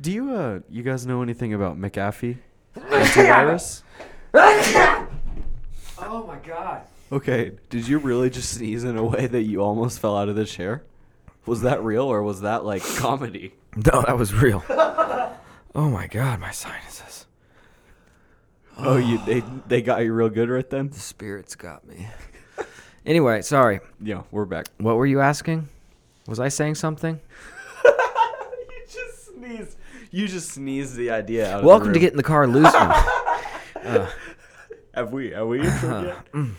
[SPEAKER 3] Do you uh you guys know anything about McAfee? Antivirus?
[SPEAKER 2] Oh my god.
[SPEAKER 3] Okay, did you really just sneeze in a way that you almost fell out of the chair? Was that real or was that like comedy?
[SPEAKER 2] No, that was
[SPEAKER 3] [LAUGHS]
[SPEAKER 2] real. oh my god, my sinuses.
[SPEAKER 3] Oh, you they they got you real good right then?
[SPEAKER 2] The spirits got me. [LAUGHS] anyway, sorry.
[SPEAKER 3] Yeah, we're back.
[SPEAKER 2] What were you asking? Was I saying something?
[SPEAKER 3] You just sneezed. You just sneezed the idea out
[SPEAKER 2] Welcome
[SPEAKER 3] of
[SPEAKER 2] to
[SPEAKER 3] the room.
[SPEAKER 2] Get in the Car Loose.
[SPEAKER 3] [LAUGHS]
[SPEAKER 2] One.
[SPEAKER 3] Have we have
[SPEAKER 2] [LAUGHS]
[SPEAKER 3] we introed yet? [LAUGHS]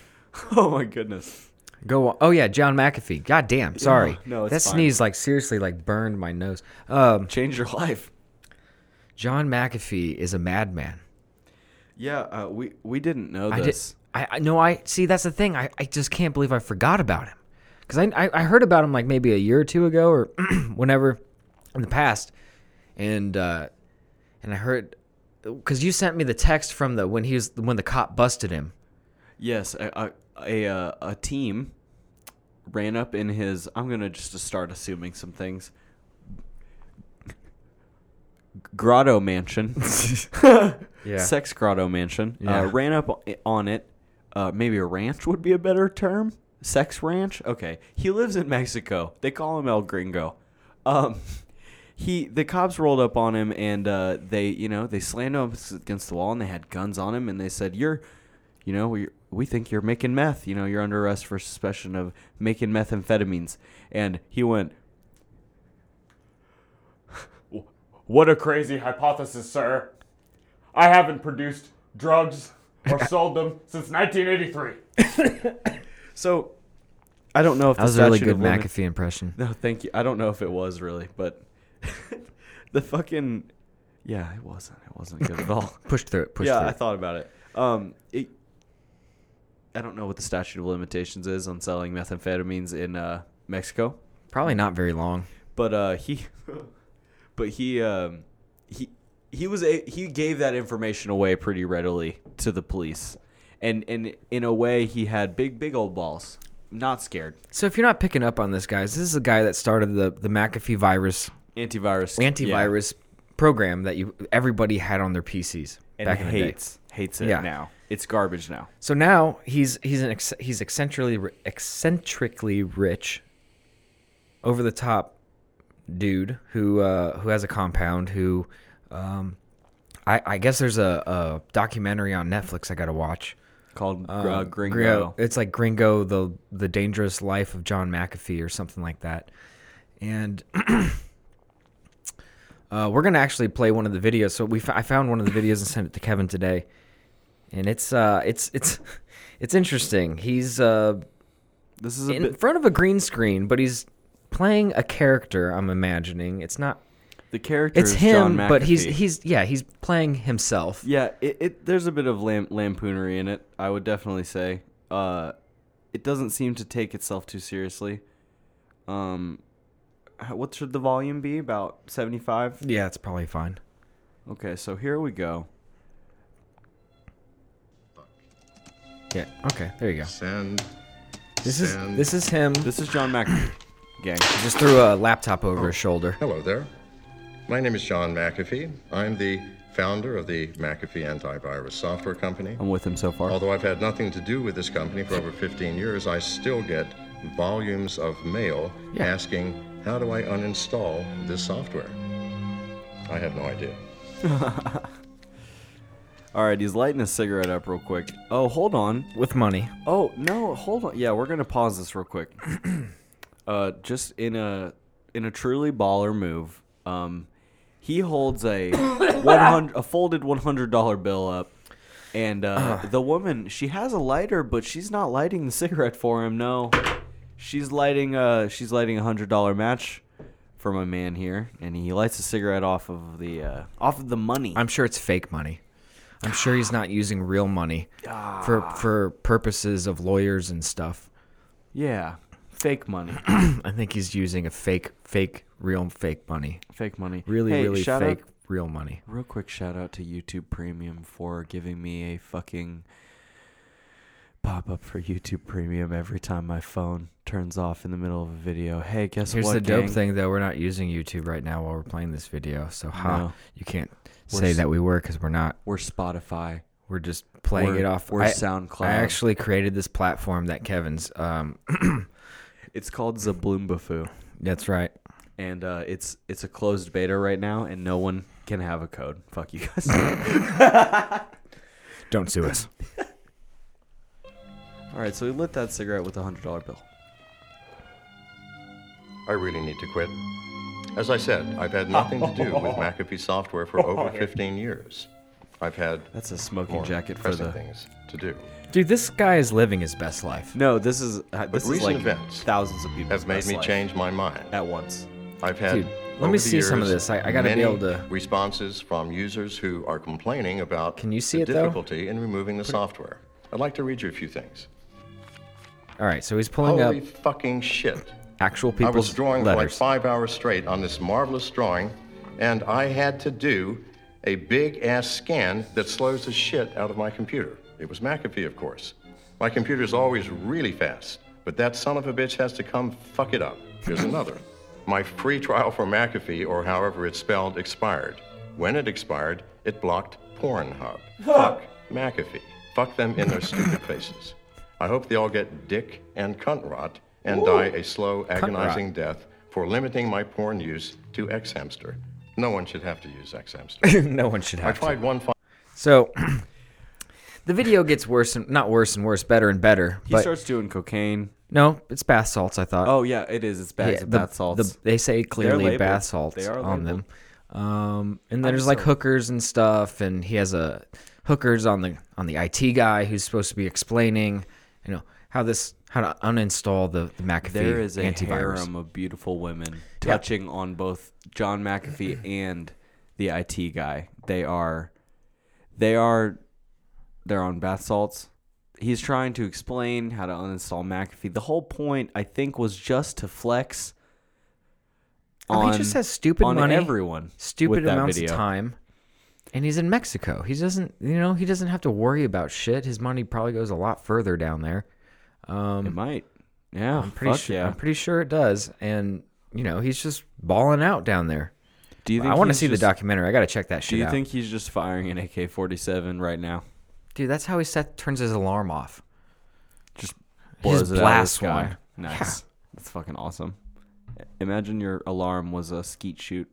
[SPEAKER 3] Oh my goodness.
[SPEAKER 2] Go on. Oh yeah, John McAfee. God damn. Sorry.
[SPEAKER 3] no, it's
[SPEAKER 2] that
[SPEAKER 3] fine.
[SPEAKER 2] sneeze like seriously like burned my nose. Um,
[SPEAKER 3] Change your life.
[SPEAKER 2] John McAfee is a madman.
[SPEAKER 3] Yeah, uh, we we didn't know
[SPEAKER 2] I did.
[SPEAKER 3] this.
[SPEAKER 2] I, I no. I see. That's the thing. I, I just can't believe I forgot about him because I, I I heard about him like maybe a year or two ago or [CLEARS THROAT] whenever in the past, and uh, and I heard because you sent me the text from the when he was when the cop busted him.
[SPEAKER 3] Yes, a a, a, uh, a team ran up in his. I'm gonna just to start assuming some things. Grotto mansion,
[SPEAKER 2] [LAUGHS]
[SPEAKER 3] [LAUGHS]
[SPEAKER 2] Yeah.
[SPEAKER 3] sex grotto mansion. Uh,
[SPEAKER 2] Yeah.
[SPEAKER 3] ran up o- on it. Uh, maybe a ranch would be a better term. Sex ranch. Okay, he lives in Mexico. They call him El Gringo. Um, he the cops rolled up on him and uh, they you know they slammed him against the wall and they had guns on him and they said you're you know we we think you're making meth you know you're under arrest for suspicion of making methamphetamines and he went
[SPEAKER 4] What a crazy hypothesis, sir. I haven't produced drugs or sold them since 1983.
[SPEAKER 3] so I don't know if
[SPEAKER 2] That was
[SPEAKER 3] the
[SPEAKER 2] a really
[SPEAKER 3] statute
[SPEAKER 2] good
[SPEAKER 3] of limit-
[SPEAKER 2] McAfee [LAUGHS] impression.
[SPEAKER 3] no thank you I don't know if it was really but [LAUGHS] the fucking yeah it wasn't it wasn't good at all
[SPEAKER 2] Push through it. [LAUGHS] Push
[SPEAKER 3] yeah,
[SPEAKER 2] through
[SPEAKER 3] I
[SPEAKER 2] it.
[SPEAKER 3] thought about it. Um, it. I don't know what the statute of limitations is on selling methamphetamines in uh, Mexico,
[SPEAKER 2] Probably not very long.
[SPEAKER 3] but uh, he, [LAUGHS] but he, um, he, he was a, he gave that information away pretty readily to the police, and and in a way he had big big old balls. Not scared.
[SPEAKER 2] So if you're not picking up on this, guys, this is the guy that started the the McAfee virus
[SPEAKER 3] Antivirus. yeah.
[SPEAKER 2] antivirus program that you everybody had on their PCs
[SPEAKER 3] and
[SPEAKER 2] back in the day.
[SPEAKER 3] hates hates it
[SPEAKER 2] Yeah.
[SPEAKER 3] now. It's garbage now.
[SPEAKER 2] So now he's he's an ex, he's eccentrically ri- eccentrically rich, over the top dude who uh, who has a compound who, um, I, I guess there's a, a documentary on Netflix I gotta watch.
[SPEAKER 3] Called gr-
[SPEAKER 2] Uh,
[SPEAKER 3] uh, Gringo.
[SPEAKER 2] It's like Gringo, the the dangerous life of John McAfee or something like that. And [CLEARS THROAT] uh, we're gonna actually play one of the videos. So we f- I found one of the videos and sent it to Kevin today, and it's uh it's it's [LAUGHS] it's interesting. He's uh
[SPEAKER 3] This is a
[SPEAKER 2] in
[SPEAKER 3] bit,
[SPEAKER 2] front of a green screen, but he's playing a character. I'm imagining it's not
[SPEAKER 3] the character.
[SPEAKER 2] it's
[SPEAKER 3] is
[SPEAKER 2] him,
[SPEAKER 3] John
[SPEAKER 2] but he's
[SPEAKER 3] McAfee.
[SPEAKER 2] he's yeah he's playing himself.
[SPEAKER 3] Yeah, it, it there's a bit of lam- lampoonery in it. I would definitely say. Uh, it doesn't seem to take itself too seriously. Um, h- what should the volume be? About seventy-five.
[SPEAKER 2] Yeah, it's probably fine.
[SPEAKER 3] Okay, so here we go.
[SPEAKER 2] Yeah. Okay. There you go.
[SPEAKER 5] Send.
[SPEAKER 2] This is
[SPEAKER 5] Send.
[SPEAKER 2] this is him.
[SPEAKER 3] This is John McAfee. Gang.
[SPEAKER 2] Just threw a laptop over
[SPEAKER 5] Oh.
[SPEAKER 2] his shoulder.
[SPEAKER 5] Hello there. My name is John McAfee. I'm the founder of the McAfee Antivirus Software Company.
[SPEAKER 3] I'm with him so far.
[SPEAKER 5] Although I've had nothing to do with this company for over 15 years, I still get volumes of mail
[SPEAKER 2] Yeah.
[SPEAKER 5] asking, How do I uninstall this software? I have no idea.
[SPEAKER 3] All right, he's lighting his cigarette up real quick. Oh, hold on.
[SPEAKER 2] With money.
[SPEAKER 3] Oh no, hold on. Yeah, we're gonna pause this real quick. [CLEARS THROAT] uh, just in a in a truly baller move, um, he holds
[SPEAKER 2] [COUGHS]
[SPEAKER 3] a one hundred a folded one hundred dollar bill up, and uh, the woman she has a lighter, but she's not lighting the [LAUGHS] cigarette for him. No, she's lighting uh she's lighting a hundred dollar match from a man here, and he lights a cigarette off of the uh, off of the money.
[SPEAKER 2] I'm sure it's fake money. I'm sure he's not using real money for
[SPEAKER 5] Ah.
[SPEAKER 2] for purposes of lawyers and stuff.
[SPEAKER 3] yeah, fake money.
[SPEAKER 2] I think he's using a fake, fake, real, fake money.
[SPEAKER 3] fake money.
[SPEAKER 2] Really,
[SPEAKER 3] Hey,
[SPEAKER 2] really
[SPEAKER 3] shout out-
[SPEAKER 2] fake, real money.
[SPEAKER 3] Real quick shout out to YouTube Premium for giving me a fucking pop up for YouTube Premium every time my phone turns off in the middle of a video. Hey, guess
[SPEAKER 2] Here's
[SPEAKER 3] what?
[SPEAKER 2] the dope
[SPEAKER 3] gang?
[SPEAKER 2] thing, though. We're not using YouTube right now while we're playing this video, so ha,
[SPEAKER 3] No.
[SPEAKER 2] you can't
[SPEAKER 3] We're
[SPEAKER 2] say
[SPEAKER 3] s-
[SPEAKER 2] that we were because we're not.
[SPEAKER 3] We're Spotify.
[SPEAKER 2] We're just playing
[SPEAKER 3] We're-
[SPEAKER 2] it off.
[SPEAKER 3] we're
[SPEAKER 2] I-
[SPEAKER 3] SoundCloud.
[SPEAKER 2] I actually created this platform that Kevin's. Um,
[SPEAKER 3] It's called Zabloombafoo,
[SPEAKER 2] that's right.
[SPEAKER 3] and uh, it's it's a closed beta right now, and no one can have a code. Fuck you guys. [LAUGHS]
[SPEAKER 2] Don't sue us.
[SPEAKER 3] All right, so we lit that cigarette with a hundred dollar bill.
[SPEAKER 5] I really need to quit. As I said, I've had nothing to do
[SPEAKER 3] [LAUGHS]
[SPEAKER 5] with McAfee software for over 15 years. I've had
[SPEAKER 3] Oh, That's a smoking
[SPEAKER 5] more
[SPEAKER 3] jacket for
[SPEAKER 5] pressing
[SPEAKER 3] the.
[SPEAKER 5] things to do.
[SPEAKER 2] [LAUGHS] Dude, this guy is living his best life.
[SPEAKER 3] No, this is uh, this is
[SPEAKER 5] recent
[SPEAKER 3] like
[SPEAKER 5] events
[SPEAKER 3] thousands of people
[SPEAKER 5] Have made me change my mind.
[SPEAKER 3] at once.
[SPEAKER 5] I've had.
[SPEAKER 2] Dude, let me
[SPEAKER 5] over the
[SPEAKER 2] see some of
[SPEAKER 5] years,
[SPEAKER 2] this. I- I gotta be
[SPEAKER 5] many
[SPEAKER 2] able to-
[SPEAKER 5] Responses from users who are complaining about.
[SPEAKER 2] Can you see
[SPEAKER 5] the
[SPEAKER 2] it, though?
[SPEAKER 5] difficulty in removing the software. I'd like to read you a few things.
[SPEAKER 2] All right, so he's pulling
[SPEAKER 5] Holy
[SPEAKER 2] up
[SPEAKER 5] fucking shit!
[SPEAKER 2] actual
[SPEAKER 5] I
[SPEAKER 2] people's
[SPEAKER 5] was drawing for like
[SPEAKER 2] letters.
[SPEAKER 5] five hours straight on this marvelous drawing, and I had to do a big ass scan that slows the shit out of my computer. It was McAfee, of course. My computer's always really fast, but that son of a bitch has to come fuck it up. Here's another. [CLEARS THROAT] My free trial for McAfee, or however it's spelled, expired. When it expired, it blocked Pornhub. Fuck McAfee. Fuck them in their stupid faces. I hope they all get dick and cunt rot and die a slow, agonizing death for limiting my porn use to Xhamster. No one should have to use
[SPEAKER 2] [LAUGHS]
[SPEAKER 5] Xhamster.
[SPEAKER 2] no one should
[SPEAKER 5] I
[SPEAKER 2] have. To.
[SPEAKER 5] tried one fi-
[SPEAKER 2] So [CLEARS THROAT] the video gets worse and not worse and worse, better and better.
[SPEAKER 3] He
[SPEAKER 2] but
[SPEAKER 3] starts doing cocaine.
[SPEAKER 2] no, it's bath salts. I thought.
[SPEAKER 3] Oh yeah, it is. It's bags
[SPEAKER 2] Yeah,
[SPEAKER 3] of
[SPEAKER 2] the-
[SPEAKER 3] bath salts.
[SPEAKER 2] the- they say clearly
[SPEAKER 3] labeled.
[SPEAKER 2] bath salts
[SPEAKER 3] They are
[SPEAKER 2] on
[SPEAKER 3] labeled.
[SPEAKER 2] them. Um, and there's like hookers and stuff, and he has a hookers on the on the IT guy who's supposed to be explaining, you know, how this how to uninstall the, the McAfee
[SPEAKER 3] there is a
[SPEAKER 2] antivirus.
[SPEAKER 3] harem of beautiful women touching on both
[SPEAKER 2] [CLEARS THROAT]
[SPEAKER 3] John McAfee and the IT guy. They are, they are, they're on bath salts. He's trying to explain how to uninstall McAfee. The whole point, I think, was just to flex.
[SPEAKER 2] Oh, he just has stupid
[SPEAKER 3] on
[SPEAKER 2] money,
[SPEAKER 3] Everyone, with
[SPEAKER 2] stupid
[SPEAKER 3] that
[SPEAKER 2] amounts
[SPEAKER 3] video.
[SPEAKER 2] of time and he's in mexico he doesn't you know he doesn't have to worry about shit his money probably goes a lot further down there
[SPEAKER 3] It might. Yeah,
[SPEAKER 2] pretty
[SPEAKER 3] fuck
[SPEAKER 2] sure
[SPEAKER 3] yeah.
[SPEAKER 2] i'm pretty sure it does and you know he's just balling out down there
[SPEAKER 3] Do you think
[SPEAKER 2] I want to
[SPEAKER 3] he's
[SPEAKER 2] see
[SPEAKER 3] just-
[SPEAKER 2] the documentary. I got to check that shit
[SPEAKER 3] Do you
[SPEAKER 2] out.
[SPEAKER 3] think he's just firing an AK-47 right now?
[SPEAKER 2] Dude, that's how he set turns his alarm off.
[SPEAKER 3] Just
[SPEAKER 2] His
[SPEAKER 3] blows it out of the
[SPEAKER 2] blast
[SPEAKER 3] sky.
[SPEAKER 2] one.
[SPEAKER 3] Nice. That's fucking awesome. Imagine your alarm was a skeet shoot.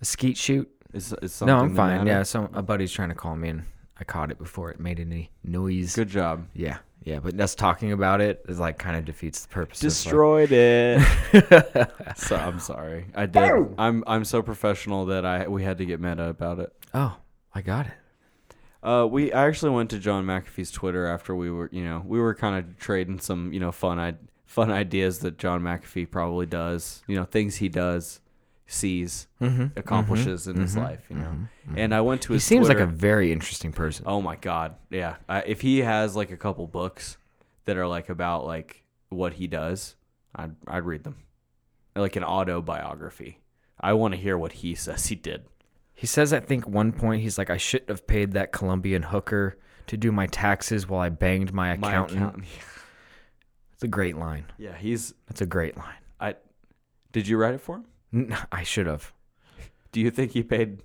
[SPEAKER 2] A skeet shoot?
[SPEAKER 3] Is is something?
[SPEAKER 2] No, I'm
[SPEAKER 3] the
[SPEAKER 2] fine.
[SPEAKER 3] matter?
[SPEAKER 2] Yeah, some a buddy's trying to call me and I caught it before it made any noise.
[SPEAKER 3] Good job.
[SPEAKER 2] Yeah, yeah, but us talking about it is like kind of defeats the purpose.
[SPEAKER 3] Destroyed it. [LAUGHS] so I'm sorry. I did. I'm I'm so professional that I we had to get meta about it.
[SPEAKER 2] Of like, oh, I got it.
[SPEAKER 3] Uh, we I actually went to John McAfee's Twitter after we were you know we were kind of trading some you know fun I- fun ideas that John McAfee probably does you know things he does sees
[SPEAKER 2] Mm-hmm.
[SPEAKER 3] accomplishes in his life you know and I went to
[SPEAKER 2] He
[SPEAKER 3] his
[SPEAKER 2] seems like a
[SPEAKER 3] Twitter-
[SPEAKER 2] very interesting person.
[SPEAKER 3] Oh my god, yeah. I, if he has like a couple books that are like about like what he does, I'd I'd read them. Like an autobiography. I want to hear what he says he did.
[SPEAKER 2] He says, I think one point he's like, I shouldn't have paid that Colombian hooker to do my taxes while I banged my
[SPEAKER 3] My
[SPEAKER 2] accountant.
[SPEAKER 3] accountant. [LAUGHS]
[SPEAKER 2] It's a great line.
[SPEAKER 3] Yeah, he's.
[SPEAKER 2] That's a great line.
[SPEAKER 3] I. Did you write it for him?
[SPEAKER 2] N- I should have.
[SPEAKER 3] Do you think he paid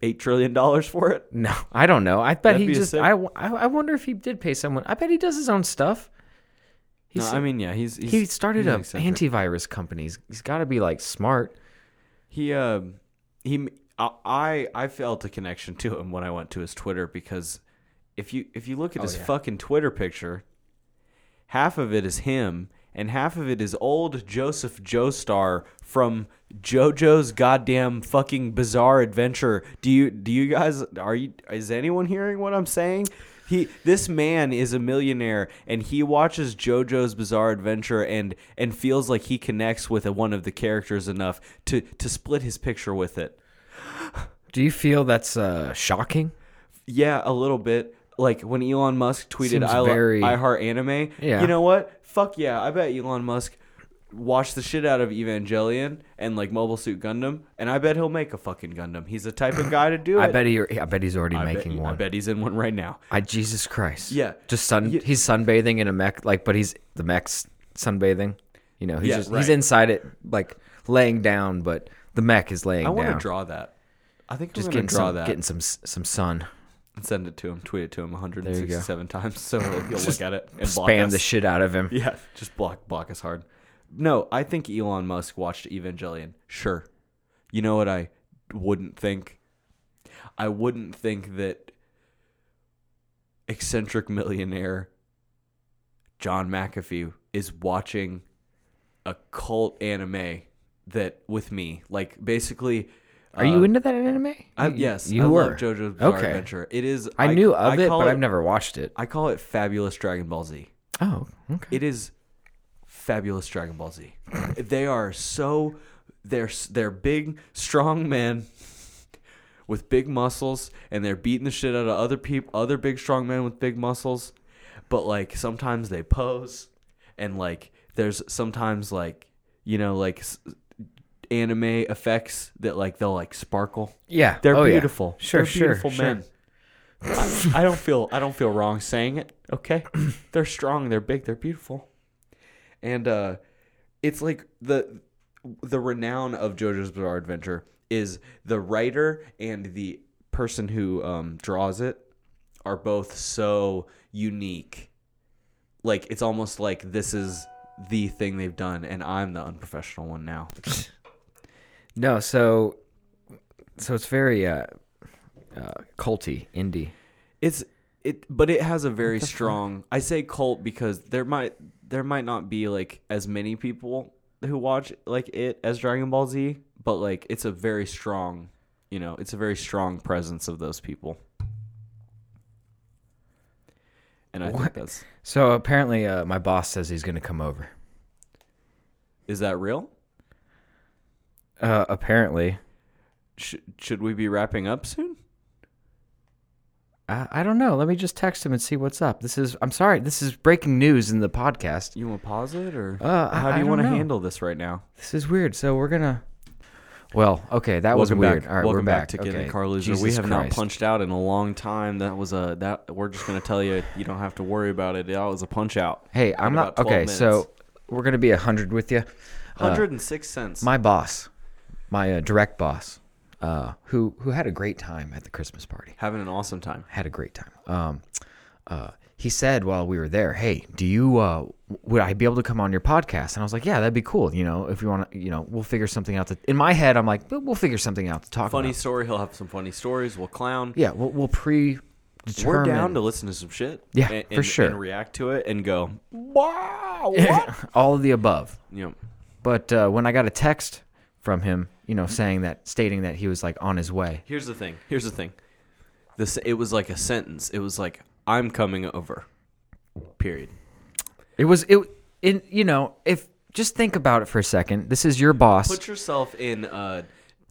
[SPEAKER 3] eight trillion dollars for it?
[SPEAKER 2] No, [LAUGHS] I don't know. I bet
[SPEAKER 3] That'd
[SPEAKER 2] he
[SPEAKER 3] be a
[SPEAKER 2] just.
[SPEAKER 3] sick-
[SPEAKER 2] I, w- I I wonder if he did pay someone. I bet he does his own stuff. He's,
[SPEAKER 3] no, I mean, yeah, he's, he's
[SPEAKER 2] he started
[SPEAKER 3] he's
[SPEAKER 2] a
[SPEAKER 3] eccentric.
[SPEAKER 2] antivirus company. He's, he's got to be like smart.
[SPEAKER 3] He um he I- I I felt a connection to him when I went to his Twitter because if you if you look at his fucking Twitter picture, half of it is him and half of it is old Joseph Joestar from JoJo's goddamn fucking bizarre adventure. Do you do you guys are you is anyone hearing what I'm saying? He this man is a millionaire and he watches JoJo's bizarre adventure and and feels like he connects with one of the characters enough to to split his picture with it.
[SPEAKER 2] Do you feel that's uh, shocking?
[SPEAKER 3] Yeah, a little bit. Like when Elon Musk tweeted,
[SPEAKER 2] Seems
[SPEAKER 3] "I,
[SPEAKER 2] very-
[SPEAKER 3] lo- I heart anime."
[SPEAKER 2] Yeah.
[SPEAKER 3] You know what? Fuck yeah! I bet Elon Musk watched the shit out of Evangelion and like Mobile Suit Gundam, and I bet he'll make a fucking Gundam. He's the type of guy to do it.
[SPEAKER 2] I bet he. I bet he's already
[SPEAKER 3] I bet-
[SPEAKER 2] making
[SPEAKER 3] I
[SPEAKER 2] one.
[SPEAKER 3] bet he's in one right now.
[SPEAKER 2] I Jesus Christ.
[SPEAKER 3] Yeah.
[SPEAKER 2] Just sun.
[SPEAKER 3] Yeah.
[SPEAKER 2] He's sunbathing in a mech. Like, but he's the mech's sunbathing. You know, he's
[SPEAKER 3] Yeah,
[SPEAKER 2] just
[SPEAKER 3] right.
[SPEAKER 2] he's inside it, like laying down, but the mech is laying
[SPEAKER 3] I
[SPEAKER 2] down.
[SPEAKER 3] want to draw that. I think
[SPEAKER 2] Just
[SPEAKER 3] I'm gonna
[SPEAKER 2] getting
[SPEAKER 3] draw
[SPEAKER 2] some,
[SPEAKER 3] that
[SPEAKER 2] getting some s- some sun.
[SPEAKER 3] and send it to him. Tweet it to him 167 times, so
[SPEAKER 2] [LAUGHS]
[SPEAKER 3] he'll, he'll look at it and block
[SPEAKER 2] Spam
[SPEAKER 3] us.
[SPEAKER 2] the shit out of him.
[SPEAKER 3] [LAUGHS] Yeah, just block block us hard. No, I think Elon Musk watched Evangelion. Sure. You know what I wouldn't think? I wouldn't think that eccentric millionaire John McAfee is watching a cult anime that with me. Like basically
[SPEAKER 2] Are you into that anime?
[SPEAKER 3] I,
[SPEAKER 2] You-
[SPEAKER 3] yes,
[SPEAKER 2] you
[SPEAKER 3] I
[SPEAKER 2] were.
[SPEAKER 3] love JoJo's Bizarre
[SPEAKER 2] Okay.
[SPEAKER 3] Adventure. It is.
[SPEAKER 2] I, knew of
[SPEAKER 3] I
[SPEAKER 2] it,
[SPEAKER 3] call
[SPEAKER 2] but I've never watched it.
[SPEAKER 3] I call it fabulous Dragon Ball Z.
[SPEAKER 2] Oh, okay.
[SPEAKER 3] It is fabulous Dragon Ball Z. [CLEARS THROAT] they are so they're s- they're big, strong men with big muscles, and they're beating the shit out of other people, other big, strong men with big muscles. But like sometimes they pose, and like there's sometimes like you know like s- anime effects that like they'll like sparkle.
[SPEAKER 2] yeah,
[SPEAKER 3] They're
[SPEAKER 2] oh, yeah.
[SPEAKER 3] beautiful.
[SPEAKER 2] Sure,
[SPEAKER 3] They're
[SPEAKER 2] sure,
[SPEAKER 3] beautiful
[SPEAKER 2] sure.
[SPEAKER 3] men. I, I don't feel I don't feel wrong saying it.
[SPEAKER 2] [CLEARS THROAT]
[SPEAKER 3] Okay, they're strong. They're big. They're beautiful. And uh, it's like the the renown of JoJo's Bizarre Adventure is the writer and the person who um, draws it are both so unique. Like it's almost like this is the thing they've done, and I'm the unprofessional one now.
[SPEAKER 2] No, so so it's very uh, uh culty, indie.
[SPEAKER 3] It's it, but it has a very strong. I say cult because there might there might not be like as many people who watch like it as Dragon Ball Z, but like it's a very strong, you know, it's a very strong presence of those people. And I think that's
[SPEAKER 2] So apparently, uh, my boss says he's going to come over.
[SPEAKER 3] is that real?
[SPEAKER 2] Uh, apparently,
[SPEAKER 3] Sh- should we be wrapping up soon?
[SPEAKER 2] I, I don't know. Let me just text him and see what's up. This is I'm sorry. This is breaking news in the podcast.
[SPEAKER 3] You want to pause it or
[SPEAKER 2] Uh, I-
[SPEAKER 3] how
[SPEAKER 2] I
[SPEAKER 3] do you
[SPEAKER 2] don't
[SPEAKER 3] want to
[SPEAKER 2] know.
[SPEAKER 3] handle this right now?
[SPEAKER 2] This is weird. So we're gonna. Well, okay, that was
[SPEAKER 3] Welcome
[SPEAKER 2] weird.
[SPEAKER 3] back.
[SPEAKER 2] All right,
[SPEAKER 3] Welcome
[SPEAKER 2] we're
[SPEAKER 3] back,
[SPEAKER 2] back,
[SPEAKER 3] to Getting
[SPEAKER 2] okay.
[SPEAKER 3] a Car Loser. we
[SPEAKER 2] Jesus
[SPEAKER 3] have not
[SPEAKER 2] Christ.
[SPEAKER 3] punched out in a long time. That was a that we're just gonna tell you you don't have to worry about it. That was a punch out.
[SPEAKER 2] Hey,
[SPEAKER 3] in
[SPEAKER 2] I'm not
[SPEAKER 3] about 12
[SPEAKER 2] okay.
[SPEAKER 3] minutes.
[SPEAKER 2] So we're gonna be a hundred with you. Uh,
[SPEAKER 3] 106 cents.
[SPEAKER 2] my boss, my uh, direct boss, uh, who who had a great time at the Christmas party.
[SPEAKER 3] Having an awesome time.
[SPEAKER 2] had a great time. Um, uh, he said while we were there, "Hey, do you uh, would I be able to come on your podcast?" And I was like, "Yeah, that'd be cool. You know, if you want to, you know, we'll figure something out." To, in my head, I'm like, "We'll we'll figure something out to talk
[SPEAKER 3] Funny
[SPEAKER 2] about."
[SPEAKER 3] story. He'll have some funny stories. We'll clown.
[SPEAKER 2] Yeah, we'll we'll pre.
[SPEAKER 3] We're down to listen to some shit.
[SPEAKER 2] Yeah,
[SPEAKER 3] and,
[SPEAKER 2] for
[SPEAKER 3] and-
[SPEAKER 2] sure.
[SPEAKER 3] And react to it and go,
[SPEAKER 2] [LAUGHS] all of the above.
[SPEAKER 3] you know,
[SPEAKER 2] But uh, when I got a text from him, you
[SPEAKER 3] Mm-hmm.
[SPEAKER 2] know, saying that, stating that he was like on his way.
[SPEAKER 3] here's the thing. Here's the thing. This it was like a sentence. It was like, I'm coming over. Period.
[SPEAKER 2] It was it in you know if just think about it for a second. This is your boss.
[SPEAKER 3] Put yourself in uh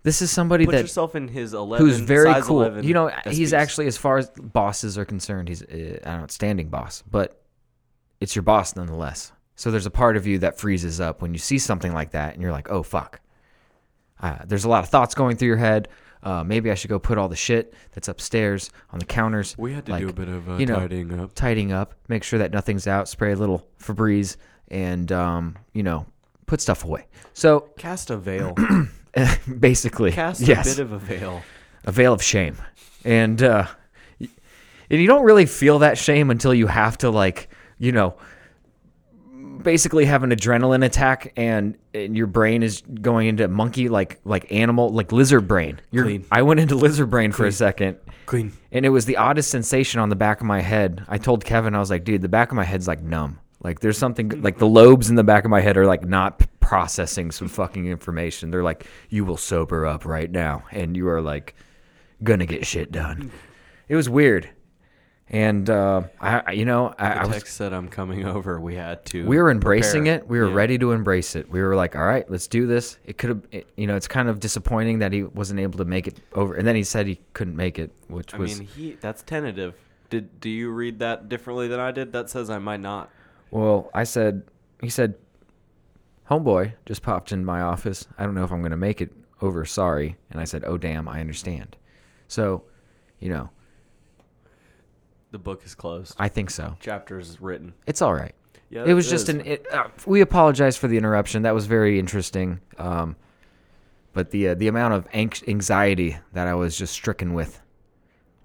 [SPEAKER 2] this is somebody
[SPEAKER 3] put
[SPEAKER 2] that
[SPEAKER 3] yourself in his eleven
[SPEAKER 2] who's very
[SPEAKER 3] size
[SPEAKER 2] cool.
[SPEAKER 3] 11
[SPEAKER 2] you know,
[SPEAKER 3] best
[SPEAKER 2] he's
[SPEAKER 3] piece.
[SPEAKER 2] actually, as far as bosses are concerned, he's uh, an outstanding boss, but it's your boss nonetheless. So there's a part of you that freezes up when you see something like that, and you're like, oh, fuck. Uh, there's a lot of thoughts going through your head. Uh, maybe I should go put all the shit that's upstairs on the counters.
[SPEAKER 3] We had to
[SPEAKER 2] like,
[SPEAKER 3] do a bit of uh,
[SPEAKER 2] you know,
[SPEAKER 3] tidying
[SPEAKER 2] [CLEARS THROAT]
[SPEAKER 3] up.
[SPEAKER 2] Tidying up, make sure that nothing's out, spray a little Febreze, and, um, you know, put stuff away. So [LAUGHS]
[SPEAKER 3] Cast a [CLEARS THROAT] veil.
[SPEAKER 2] basically,
[SPEAKER 3] Cast
[SPEAKER 2] yes
[SPEAKER 3] a bit of a veil.
[SPEAKER 2] a veil of shame, and uh, y- and you don't really feel that shame until you have to like you know basically have an adrenaline attack and, and your brain is going into monkey like like animal like lizard brain. You're,
[SPEAKER 3] Clean.
[SPEAKER 2] I went into lizard brain for a second.
[SPEAKER 3] Clean.
[SPEAKER 2] And it was the oddest sensation on the back of my head. I told Kevin, I was like, dude, the back of my head's like numb. Like there's something like the lobes in the back of my head are like not p- processing some fucking information. They're like, you will sober up right now, and you are like gonna get shit done. It was weird, and uh, I, I- you know, I, I
[SPEAKER 3] The
[SPEAKER 2] was
[SPEAKER 3] text said I'm coming over. We had to
[SPEAKER 2] we were embracing
[SPEAKER 3] prepare.
[SPEAKER 2] it. We were ready to embrace it. We were like, all right, let's do this. It could have, it- you know, it's kind of disappointing that he wasn't able to make it over. And then he said he couldn't make it, which
[SPEAKER 3] I
[SPEAKER 2] was
[SPEAKER 3] mean, he that's tentative. Did do you read that differently than I did? That says I might not.
[SPEAKER 2] Well, I said, he said, homeboy just popped in my office. I don't know if I'm going to make it over. Sorry. And I said, oh, damn, I understand. So, you know,
[SPEAKER 3] The book is closed.
[SPEAKER 2] I think so.
[SPEAKER 3] Chapter is written.
[SPEAKER 2] It's all right.
[SPEAKER 3] Yeah,
[SPEAKER 2] it was
[SPEAKER 3] it
[SPEAKER 2] just
[SPEAKER 3] is.
[SPEAKER 2] an. It, uh, we apologize for the interruption. That was very interesting. Um, but the uh, the amount of anx- anxiety that I was just stricken with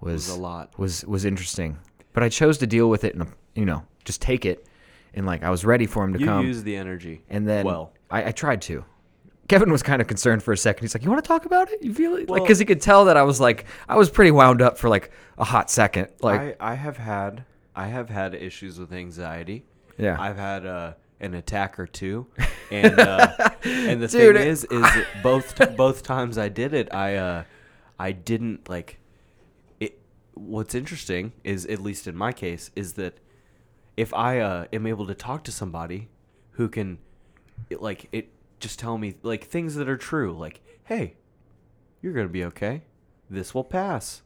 [SPEAKER 2] was,
[SPEAKER 3] was a lot.
[SPEAKER 2] was was interesting. But I chose to deal with it and you know just take it, and like I was ready for him to
[SPEAKER 3] You
[SPEAKER 2] come.
[SPEAKER 3] use the energy.
[SPEAKER 2] And then
[SPEAKER 3] well,
[SPEAKER 2] I, I tried to. Kevin was kind of concerned for a second. He's like, "You want to talk about it? You feel it?" Like 'cause
[SPEAKER 3] Well-
[SPEAKER 2] because he could tell that I was like, I was pretty wound up for like a hot second. Like,
[SPEAKER 3] I, I have had I have had issues with anxiety.
[SPEAKER 2] Yeah.
[SPEAKER 3] I've had uh, an attack or two,
[SPEAKER 2] [LAUGHS]
[SPEAKER 3] and uh, and the
[SPEAKER 2] Dude,
[SPEAKER 3] thing
[SPEAKER 2] it-
[SPEAKER 3] is, is it both both times I did it, I uh, I didn't like. It, what's interesting is, at least in my case, is that if I uh, am able to talk to somebody who can, it, like, it just tell me like things that are true, like, hey, you're gonna be okay. This will pass.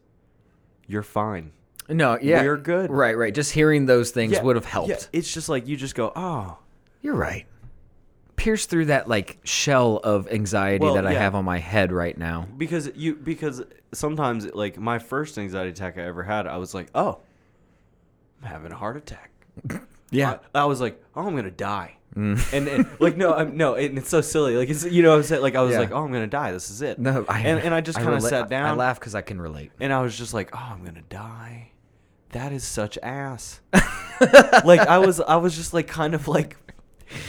[SPEAKER 3] You're fine.
[SPEAKER 2] no, yeah,
[SPEAKER 3] we're good.
[SPEAKER 2] Right, right. Just hearing those things
[SPEAKER 3] Yeah,
[SPEAKER 2] would have helped.
[SPEAKER 3] yeah, it's just like you just go, oh,
[SPEAKER 2] You're right. Pierce through that like shell of anxiety
[SPEAKER 3] Well,
[SPEAKER 2] that I
[SPEAKER 3] yeah.
[SPEAKER 2] have on my head right now.
[SPEAKER 3] because you because sometimes like my first anxiety attack I ever had, I was like, oh, I'm having a heart attack.
[SPEAKER 2] Yeah, Mm.
[SPEAKER 3] I, I was like, oh, I'm gonna die. and, and like no, I'm, no, and it's so silly. Like it's you know, I was like, I was
[SPEAKER 2] Yeah.
[SPEAKER 3] like, oh, I'm gonna die. This is it.
[SPEAKER 2] no, I,
[SPEAKER 3] and, and I just kind of
[SPEAKER 2] rela-
[SPEAKER 3] sat down.
[SPEAKER 2] I laugh because I can relate.
[SPEAKER 3] and I was just like, "Oh, I'm gonna die. That is such
[SPEAKER 2] [LAUGHS]
[SPEAKER 3] ass." like I was, I was just like kind of like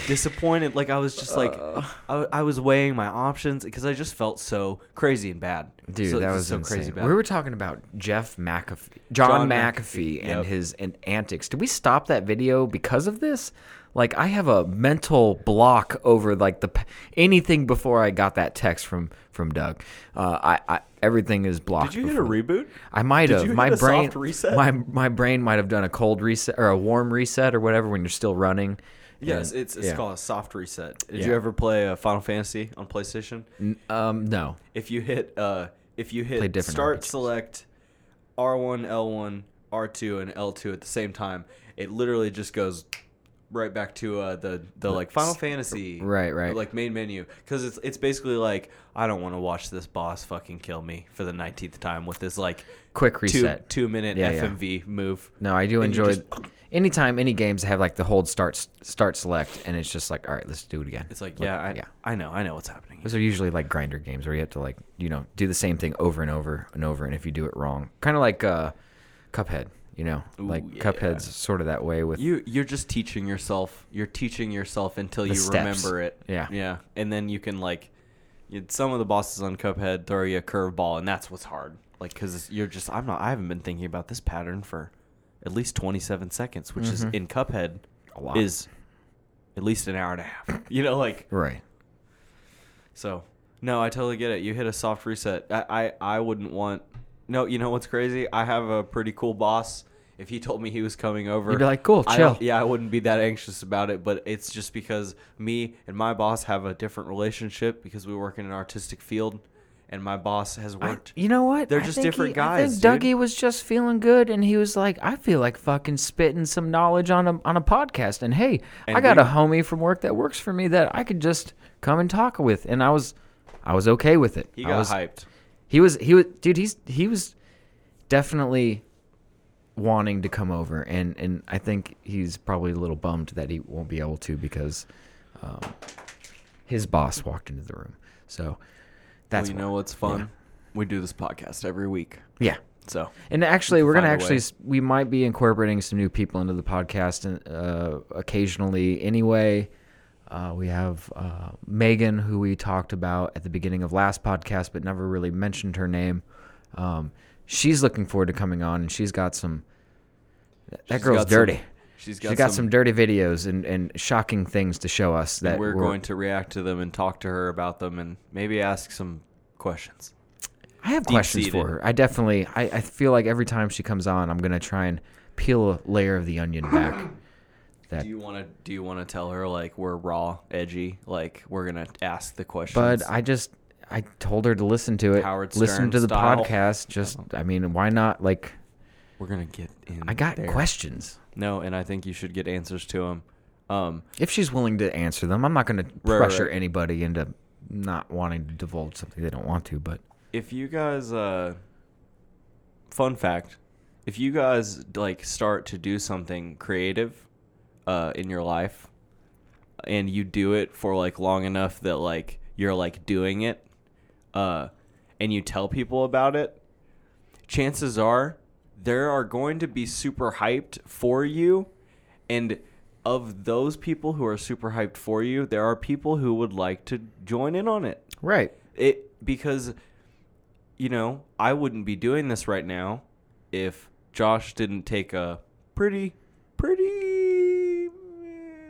[SPEAKER 3] disappointed. Like I was just like,
[SPEAKER 2] Uh.
[SPEAKER 3] I, I was weighing my options because I just felt so crazy and bad,
[SPEAKER 2] Dude,
[SPEAKER 3] So-
[SPEAKER 2] that
[SPEAKER 3] just
[SPEAKER 2] was
[SPEAKER 3] so
[SPEAKER 2] insane.
[SPEAKER 3] crazy bad.
[SPEAKER 2] We were talking about Jeff McAfee, John,
[SPEAKER 3] John
[SPEAKER 2] McAfee,
[SPEAKER 3] McAfee,
[SPEAKER 2] and
[SPEAKER 3] yep.
[SPEAKER 2] his and antics. Did we stop that video because of this? Like, I have a mental block over like the p- anything before I got that text from from Doug. Uh, I, I everything is blocked.
[SPEAKER 3] Did you get a
[SPEAKER 2] before-
[SPEAKER 3] reboot?
[SPEAKER 2] I might
[SPEAKER 3] Did
[SPEAKER 2] have.
[SPEAKER 3] you
[SPEAKER 2] my
[SPEAKER 3] hit a
[SPEAKER 2] brain
[SPEAKER 3] soft reset?
[SPEAKER 2] My my brain might have done a cold reset or a warm reset or whatever when you're still running.
[SPEAKER 3] Yes,
[SPEAKER 2] And-
[SPEAKER 3] it's it's
[SPEAKER 2] yeah.
[SPEAKER 3] called a soft reset. Did
[SPEAKER 2] Yeah.
[SPEAKER 3] you ever play uh, Final Fantasy on PlayStation?
[SPEAKER 2] Um, no.
[SPEAKER 3] If you hit, uh, if you
[SPEAKER 2] Play
[SPEAKER 3] hit
[SPEAKER 2] different
[SPEAKER 3] start,
[SPEAKER 2] RPGs.
[SPEAKER 3] select R1, L1, R2, and L2 at the same time, it literally just goes right back to uh, the the like Final Fantasy,
[SPEAKER 2] right, right.
[SPEAKER 3] like main menu, because it's it's basically like I don't want to watch this boss fucking kill me for the nineteenth time with this like
[SPEAKER 2] Quick
[SPEAKER 3] two,
[SPEAKER 2] reset.
[SPEAKER 3] two minute
[SPEAKER 2] Yeah, yeah.
[SPEAKER 3] FMV move.
[SPEAKER 2] No, I do
[SPEAKER 3] And you
[SPEAKER 2] enjoy.
[SPEAKER 3] just-
[SPEAKER 2] anytime any games have like the hold start start select, and it's just like, all right, let's do it again.
[SPEAKER 3] It's like yeah, I,
[SPEAKER 2] yeah.
[SPEAKER 3] I know, I know what's happening.
[SPEAKER 2] Those are usually like grinder games where you have to like you know do the same thing over and over and over, and if you do it wrong, kind of like uh, Cuphead, you know, like Cuphead's sort of that way with
[SPEAKER 3] You you're just teaching yourself. You're teaching yourself until you
[SPEAKER 2] steps.
[SPEAKER 3] remember it.
[SPEAKER 2] Yeah.
[SPEAKER 3] yeah, and then you can like, you, some of the bosses on Cuphead throw you a curveball, and that's what's hard. Like, cause you're just I'm not. I haven't been thinking about this pattern for at least 27 seconds, which is in Cuphead
[SPEAKER 2] Mm-hmm. A lot.
[SPEAKER 3] is at least an hour and a half. [LAUGHS] you know, like
[SPEAKER 2] right.
[SPEAKER 3] so. No, I totally get it. You hit a soft reset. I, I, I wouldn't want. No, you know what's crazy? I have a pretty cool boss. If he told me he was coming over,
[SPEAKER 2] You'd be like, "Cool,
[SPEAKER 3] I don't-
[SPEAKER 2] chill."
[SPEAKER 3] yeah, I wouldn't be that anxious about it. But it's just because me and my boss have a different relationship because we work in an artistic field, and my boss has worked.
[SPEAKER 2] You know what?
[SPEAKER 3] They're
[SPEAKER 2] I
[SPEAKER 3] just
[SPEAKER 2] think
[SPEAKER 3] different
[SPEAKER 2] he-
[SPEAKER 3] guys.
[SPEAKER 2] I think
[SPEAKER 3] dude.
[SPEAKER 2] Dougie was just feeling good, and he was like, "I feel like fucking spitting some knowledge on a on a podcast." And hey, I
[SPEAKER 3] And
[SPEAKER 2] got
[SPEAKER 3] we-
[SPEAKER 2] a homie from work that works for me that I could just come and talk with, and I was, I was okay with it.
[SPEAKER 3] He
[SPEAKER 2] I
[SPEAKER 3] got
[SPEAKER 2] was-
[SPEAKER 3] hyped.
[SPEAKER 2] He was he was dude. He's he was definitely wanting to come over, and and I think he's probably a little bummed that he won't be able to because um, his boss walked into the room. So
[SPEAKER 3] Well,
[SPEAKER 2] that's
[SPEAKER 3] you
[SPEAKER 2] why.
[SPEAKER 3] know what's fun? We do this podcast every week,
[SPEAKER 2] yeah.
[SPEAKER 3] so
[SPEAKER 2] And actually, we're gonna
[SPEAKER 3] find a
[SPEAKER 2] actually
[SPEAKER 3] way.
[SPEAKER 2] s- we might be incorporating some new people into the podcast and uh, occasionally. Anyway, uh, we have uh, Megan, who we talked about at the beginning of last podcast, but never really mentioned her name. Um, she's looking forward to coming on, and she's got some. That, that
[SPEAKER 3] She's
[SPEAKER 2] girl's
[SPEAKER 3] got some-
[SPEAKER 2] dirty.
[SPEAKER 3] she's
[SPEAKER 2] she's got some, dirty videos and, and shocking things to show us that
[SPEAKER 3] we're going to react to them and talk to her about them and maybe ask some questions.
[SPEAKER 2] I have questions
[SPEAKER 3] deep-seated.
[SPEAKER 2] for her. I definitely. I, I feel like every time she comes on, I'm gonna try and peel a layer of the onion back. That
[SPEAKER 3] Do you want to do you want to tell her like we're raw, edgy, like we're going to ask the questions?
[SPEAKER 2] But I just I told her to listen to it.
[SPEAKER 3] Howard
[SPEAKER 2] listen
[SPEAKER 3] Stern
[SPEAKER 2] to the
[SPEAKER 3] style.
[SPEAKER 2] podcast. Just I mean, why not? Like
[SPEAKER 3] we're going to get in
[SPEAKER 2] I got
[SPEAKER 3] there.
[SPEAKER 2] questions.
[SPEAKER 3] No, and I think you should get answers to them. Um
[SPEAKER 2] If she's willing to answer them, I'm not going to
[SPEAKER 3] right,
[SPEAKER 2] pressure
[SPEAKER 3] right.
[SPEAKER 2] anybody into not wanting to divulge something they don't want to. But
[SPEAKER 3] if you guys uh fun fact, if you guys like start to do something creative uh in your life and you do it for like long enough that like you're like doing it uh and you tell people about it, chances are there are going to be super hyped for you and of those people who are super hyped for you, there are people who would like to join in on it
[SPEAKER 2] right,
[SPEAKER 3] it because you know i wouldn't be doing this right now if josh didn't take a pretty pretty eh,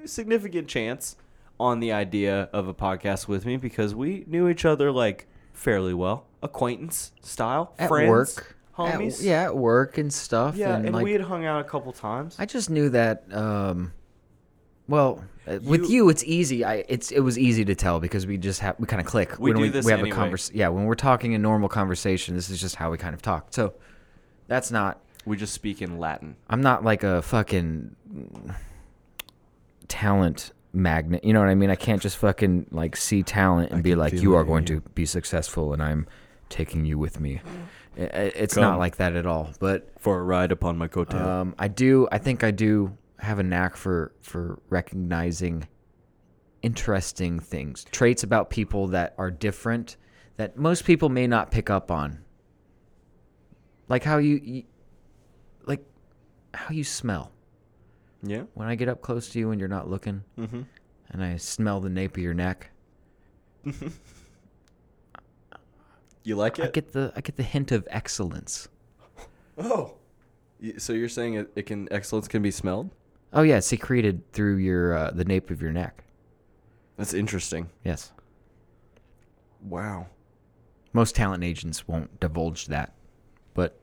[SPEAKER 3] significant chance on the idea of a podcast with me because we knew each other like fairly well acquaintance style
[SPEAKER 2] at
[SPEAKER 3] friends
[SPEAKER 2] work, at-
[SPEAKER 3] homies
[SPEAKER 2] yeah, at work and stuff.
[SPEAKER 3] yeah
[SPEAKER 2] and,
[SPEAKER 3] and
[SPEAKER 2] like,
[SPEAKER 3] we had hung out a couple times
[SPEAKER 2] I just knew that. Um, well, uh, with you, it's easy. I it's it was easy to tell because we just have we kind of click.
[SPEAKER 3] We
[SPEAKER 2] when
[SPEAKER 3] do
[SPEAKER 2] we,
[SPEAKER 3] this
[SPEAKER 2] we have
[SPEAKER 3] anyway.
[SPEAKER 2] a convers- Yeah, when we're talking in normal conversation, this is just how we kind of talk. So that's not.
[SPEAKER 3] we just speak in latin
[SPEAKER 2] I'm not like a fucking talent magnet. You know what I mean? I can't just fucking like see talent and be like, you are going to be successful, and I'm taking you with
[SPEAKER 3] Mm.
[SPEAKER 2] me. I- I- It's
[SPEAKER 3] Come.
[SPEAKER 2] not like that at all. But
[SPEAKER 3] for a ride upon my coattail
[SPEAKER 2] um, I do. I think I do have a knack for for recognizing interesting things, traits about people that are different that most people may not pick up on. Like how you, you like how you smell.
[SPEAKER 3] yeah
[SPEAKER 2] When I get up close to you and you're not looking,
[SPEAKER 3] mm-hmm.
[SPEAKER 2] and I smell the nape of your neck,
[SPEAKER 3] you like
[SPEAKER 2] I get the I get the hint of excellence.
[SPEAKER 3] Oh, Y- so you're saying it, it can excellence can be smelled?
[SPEAKER 2] Oh yeah, it's secreted through your uh, the nape of your neck.
[SPEAKER 3] That's interesting.
[SPEAKER 2] Yes,
[SPEAKER 3] Wow.
[SPEAKER 2] most talent agents won't divulge that, but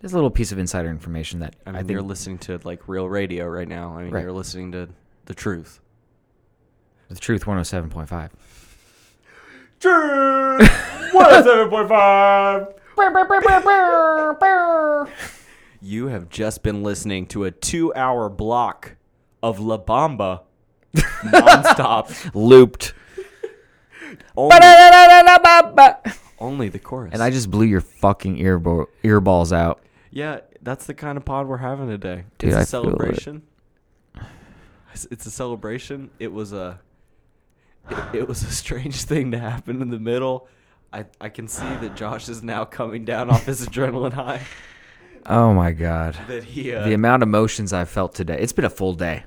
[SPEAKER 2] there's a little piece of insider information that uh,
[SPEAKER 3] I
[SPEAKER 2] I,
[SPEAKER 3] mean,
[SPEAKER 2] think
[SPEAKER 3] you're listening to like real radio right now. I mean,
[SPEAKER 2] Right.
[SPEAKER 3] you're listening to the truth.
[SPEAKER 2] the truth 107.5.
[SPEAKER 4] True. [LAUGHS] What seven point five?
[SPEAKER 3] You have just been listening to a two-hour block of
[SPEAKER 2] [LAUGHS]
[SPEAKER 3] La Bamba nonstop.
[SPEAKER 2] Looped.
[SPEAKER 3] only, only the chorus.
[SPEAKER 2] And I just blew your fucking ear bo- earballs out.
[SPEAKER 3] yeah, that's the kind of pod we're having today.
[SPEAKER 2] Dude,
[SPEAKER 3] it's a
[SPEAKER 2] I feel it.
[SPEAKER 3] celebration. It's- It's a celebration. It was a it, it was a strange thing to happen in the middle. I, I can see that Josh is now coming down off his adrenaline high.
[SPEAKER 2] Oh my god.
[SPEAKER 3] That he uh,
[SPEAKER 2] The amount of emotions I felt today. It's been a full [LAUGHS] day.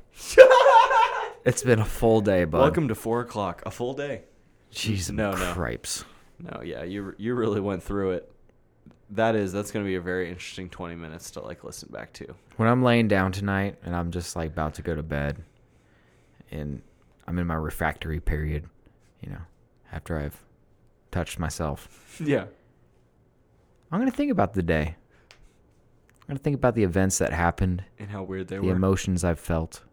[SPEAKER 2] it's been a full day, bud.
[SPEAKER 3] welcome to four o'clock, a full day.
[SPEAKER 2] Jesus
[SPEAKER 3] No, no.
[SPEAKER 2] cripes.
[SPEAKER 3] No, yeah, you you really went through it. That is that's going to be a very interesting 20 minutes to like listen back to.
[SPEAKER 2] When I'm laying down tonight and I'm just like about to go to bed and I'm in my refractory period, you know, after I've touched myself,
[SPEAKER 3] Yeah.
[SPEAKER 2] I'm going to think about the day. I'm going to think about the events that happened,
[SPEAKER 3] And how weird they
[SPEAKER 2] the
[SPEAKER 3] were.
[SPEAKER 2] emotions I've felt.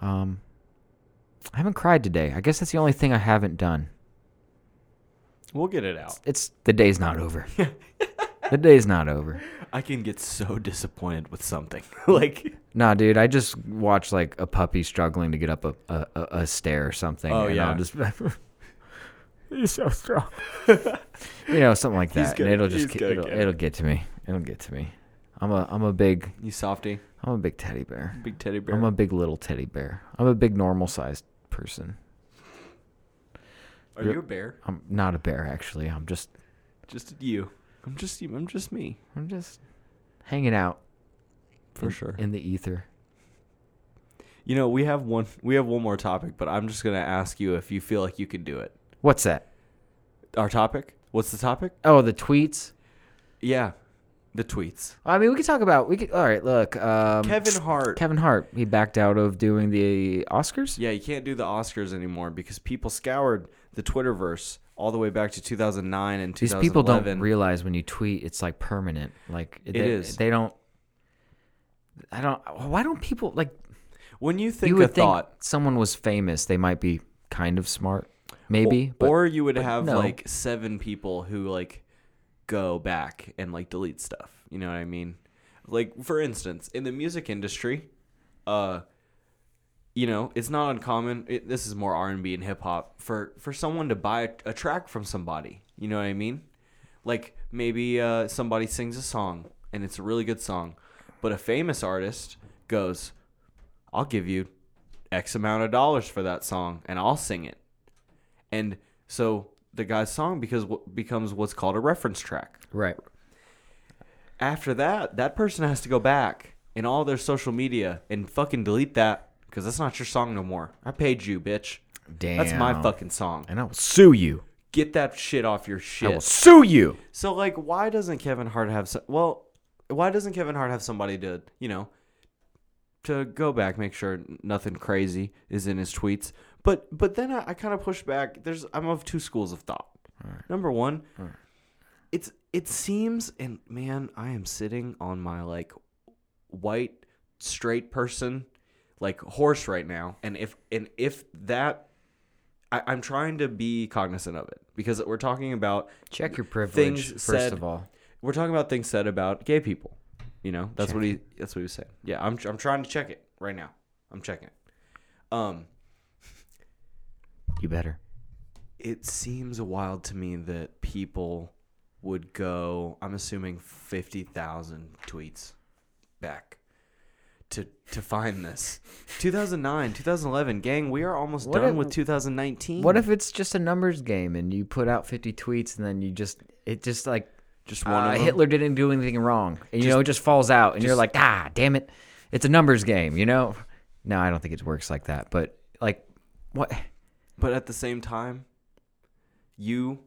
[SPEAKER 2] Um I haven't cried today. I guess that's the only thing I haven't done.
[SPEAKER 3] we'll get it out.
[SPEAKER 2] It's the day's not
[SPEAKER 3] [LAUGHS]
[SPEAKER 2] over. the day's not over.
[SPEAKER 3] I can get so disappointed with something. [LAUGHS] like
[SPEAKER 2] Nah, dude, I just watch like a puppy struggling to get up a a, a, a stair or something.
[SPEAKER 3] Oh,
[SPEAKER 2] and
[SPEAKER 3] yeah.
[SPEAKER 2] I'll just [LAUGHS]
[SPEAKER 3] [LAUGHS]
[SPEAKER 2] he's so strong. [LAUGHS] you know, something like that.
[SPEAKER 3] gonna-
[SPEAKER 2] and it'll just get,
[SPEAKER 3] he's gonna
[SPEAKER 2] it'll,
[SPEAKER 3] get it.
[SPEAKER 2] it'll get to me. It'll get to me. I'm a I'm a big
[SPEAKER 3] you softy,
[SPEAKER 2] I'm a big teddy bear.
[SPEAKER 3] big teddy bear.
[SPEAKER 2] I'm a big little teddy bear. I'm a big normal sized person.
[SPEAKER 3] Are you a bear?
[SPEAKER 2] I'm not a bear actually. I'm just
[SPEAKER 3] Just you. I'm just you. I'm just me.
[SPEAKER 2] I'm just hanging out
[SPEAKER 3] For
[SPEAKER 2] in-
[SPEAKER 3] sure.
[SPEAKER 2] in the ether.
[SPEAKER 3] You know, we have one we have one more topic, but I'm just going to ask you if you feel like you can do it.
[SPEAKER 2] What's that?
[SPEAKER 3] Our topic? What's the topic?
[SPEAKER 2] Oh, the tweets.
[SPEAKER 3] Yeah. The tweets.
[SPEAKER 2] I mean, we could talk about we could. All right, look. Um,
[SPEAKER 3] Kevin Hart.
[SPEAKER 2] Kevin Hart. He backed out of doing the Oscars.
[SPEAKER 3] Yeah, you can't do the Oscars anymore because people scoured the Twitterverse all the way back to 2009 and 2011.
[SPEAKER 2] These people don't realize when you tweet, it's like permanent. Like it they,
[SPEAKER 3] is.
[SPEAKER 2] They don't. I don't. Why don't people like?
[SPEAKER 3] when you think
[SPEAKER 2] you
[SPEAKER 3] a
[SPEAKER 2] would think
[SPEAKER 3] thought,
[SPEAKER 2] someone was famous, they might be kind of smart, maybe. but
[SPEAKER 3] or you would have
[SPEAKER 2] no.
[SPEAKER 3] like seven people who like go back and like delete stuff. You know what I mean? Like for instance, in the music industry, uh, you know, it's not uncommon. It, this is more R and B and hip hop for for someone to buy a, a track from somebody. You know what I mean? Like maybe uh, somebody sings a song and it's a really good song, but a famous artist goes, "I'll give you X amount of dollars for that song and I'll sing it." and so the guy's song because becomes what's called a reference track.
[SPEAKER 2] right.
[SPEAKER 3] After that, that person has to go back in all their social media and fucking delete that because that's not your song no more. I paid you, bitch.
[SPEAKER 2] Damn.
[SPEAKER 3] That's my fucking song.
[SPEAKER 2] And I will sue you.
[SPEAKER 3] Get that shit off your shit.
[SPEAKER 2] I will sue you.
[SPEAKER 3] So like, why doesn't Kevin Hart have so- well? Why doesn't Kevin Hart have somebody to you know to go back, make sure nothing crazy is in his tweets? But but then I, I kind of push back. There's I'm of two schools of thought. Number one, it's it seems and man, I am sitting on my like white straight person like horse right now, and if and if that. I, I'm trying to be cognizant of it because we're talking about
[SPEAKER 2] Check your privilege
[SPEAKER 3] Things
[SPEAKER 2] first
[SPEAKER 3] said-
[SPEAKER 2] of all.
[SPEAKER 3] we're talking about things said about gay people. You know, that's what he that's what he was saying. Yeah, I'm I'm trying to check it right now. I'm checking it. Um,
[SPEAKER 2] You better.
[SPEAKER 3] it seems wild to me that people would go. I'm assuming fifty thousand tweets back to to find [LAUGHS] this. 2009, 2011, gang. We are almost
[SPEAKER 2] What
[SPEAKER 3] done
[SPEAKER 2] if-
[SPEAKER 3] with 2019.
[SPEAKER 2] What if it's just a numbers game and you put out 50 tweets and then you just it just like
[SPEAKER 3] just one
[SPEAKER 2] uh,
[SPEAKER 3] of them?
[SPEAKER 2] Hitler didn't do anything wrong. And, you know, it just falls out, and you're like, ah, damn it, it's a numbers game. You know? No, I don't think it works like that. But like, what?
[SPEAKER 3] But at the same time, you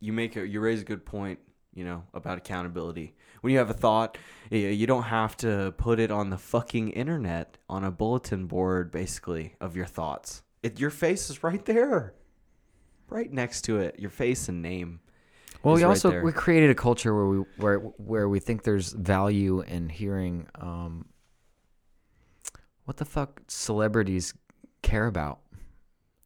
[SPEAKER 3] you make a you raise a good point, you know, about accountability. When you have a thought, y- you don't have to put it on the fucking internet on a bulletin board basically of your thoughts. It, your face is right there. Right next to it, your face and name.
[SPEAKER 2] Well,
[SPEAKER 3] is
[SPEAKER 2] we
[SPEAKER 3] right
[SPEAKER 2] also
[SPEAKER 3] there.
[SPEAKER 2] we created a culture where we where where we think there's value in hearing um, what the fuck celebrities care about.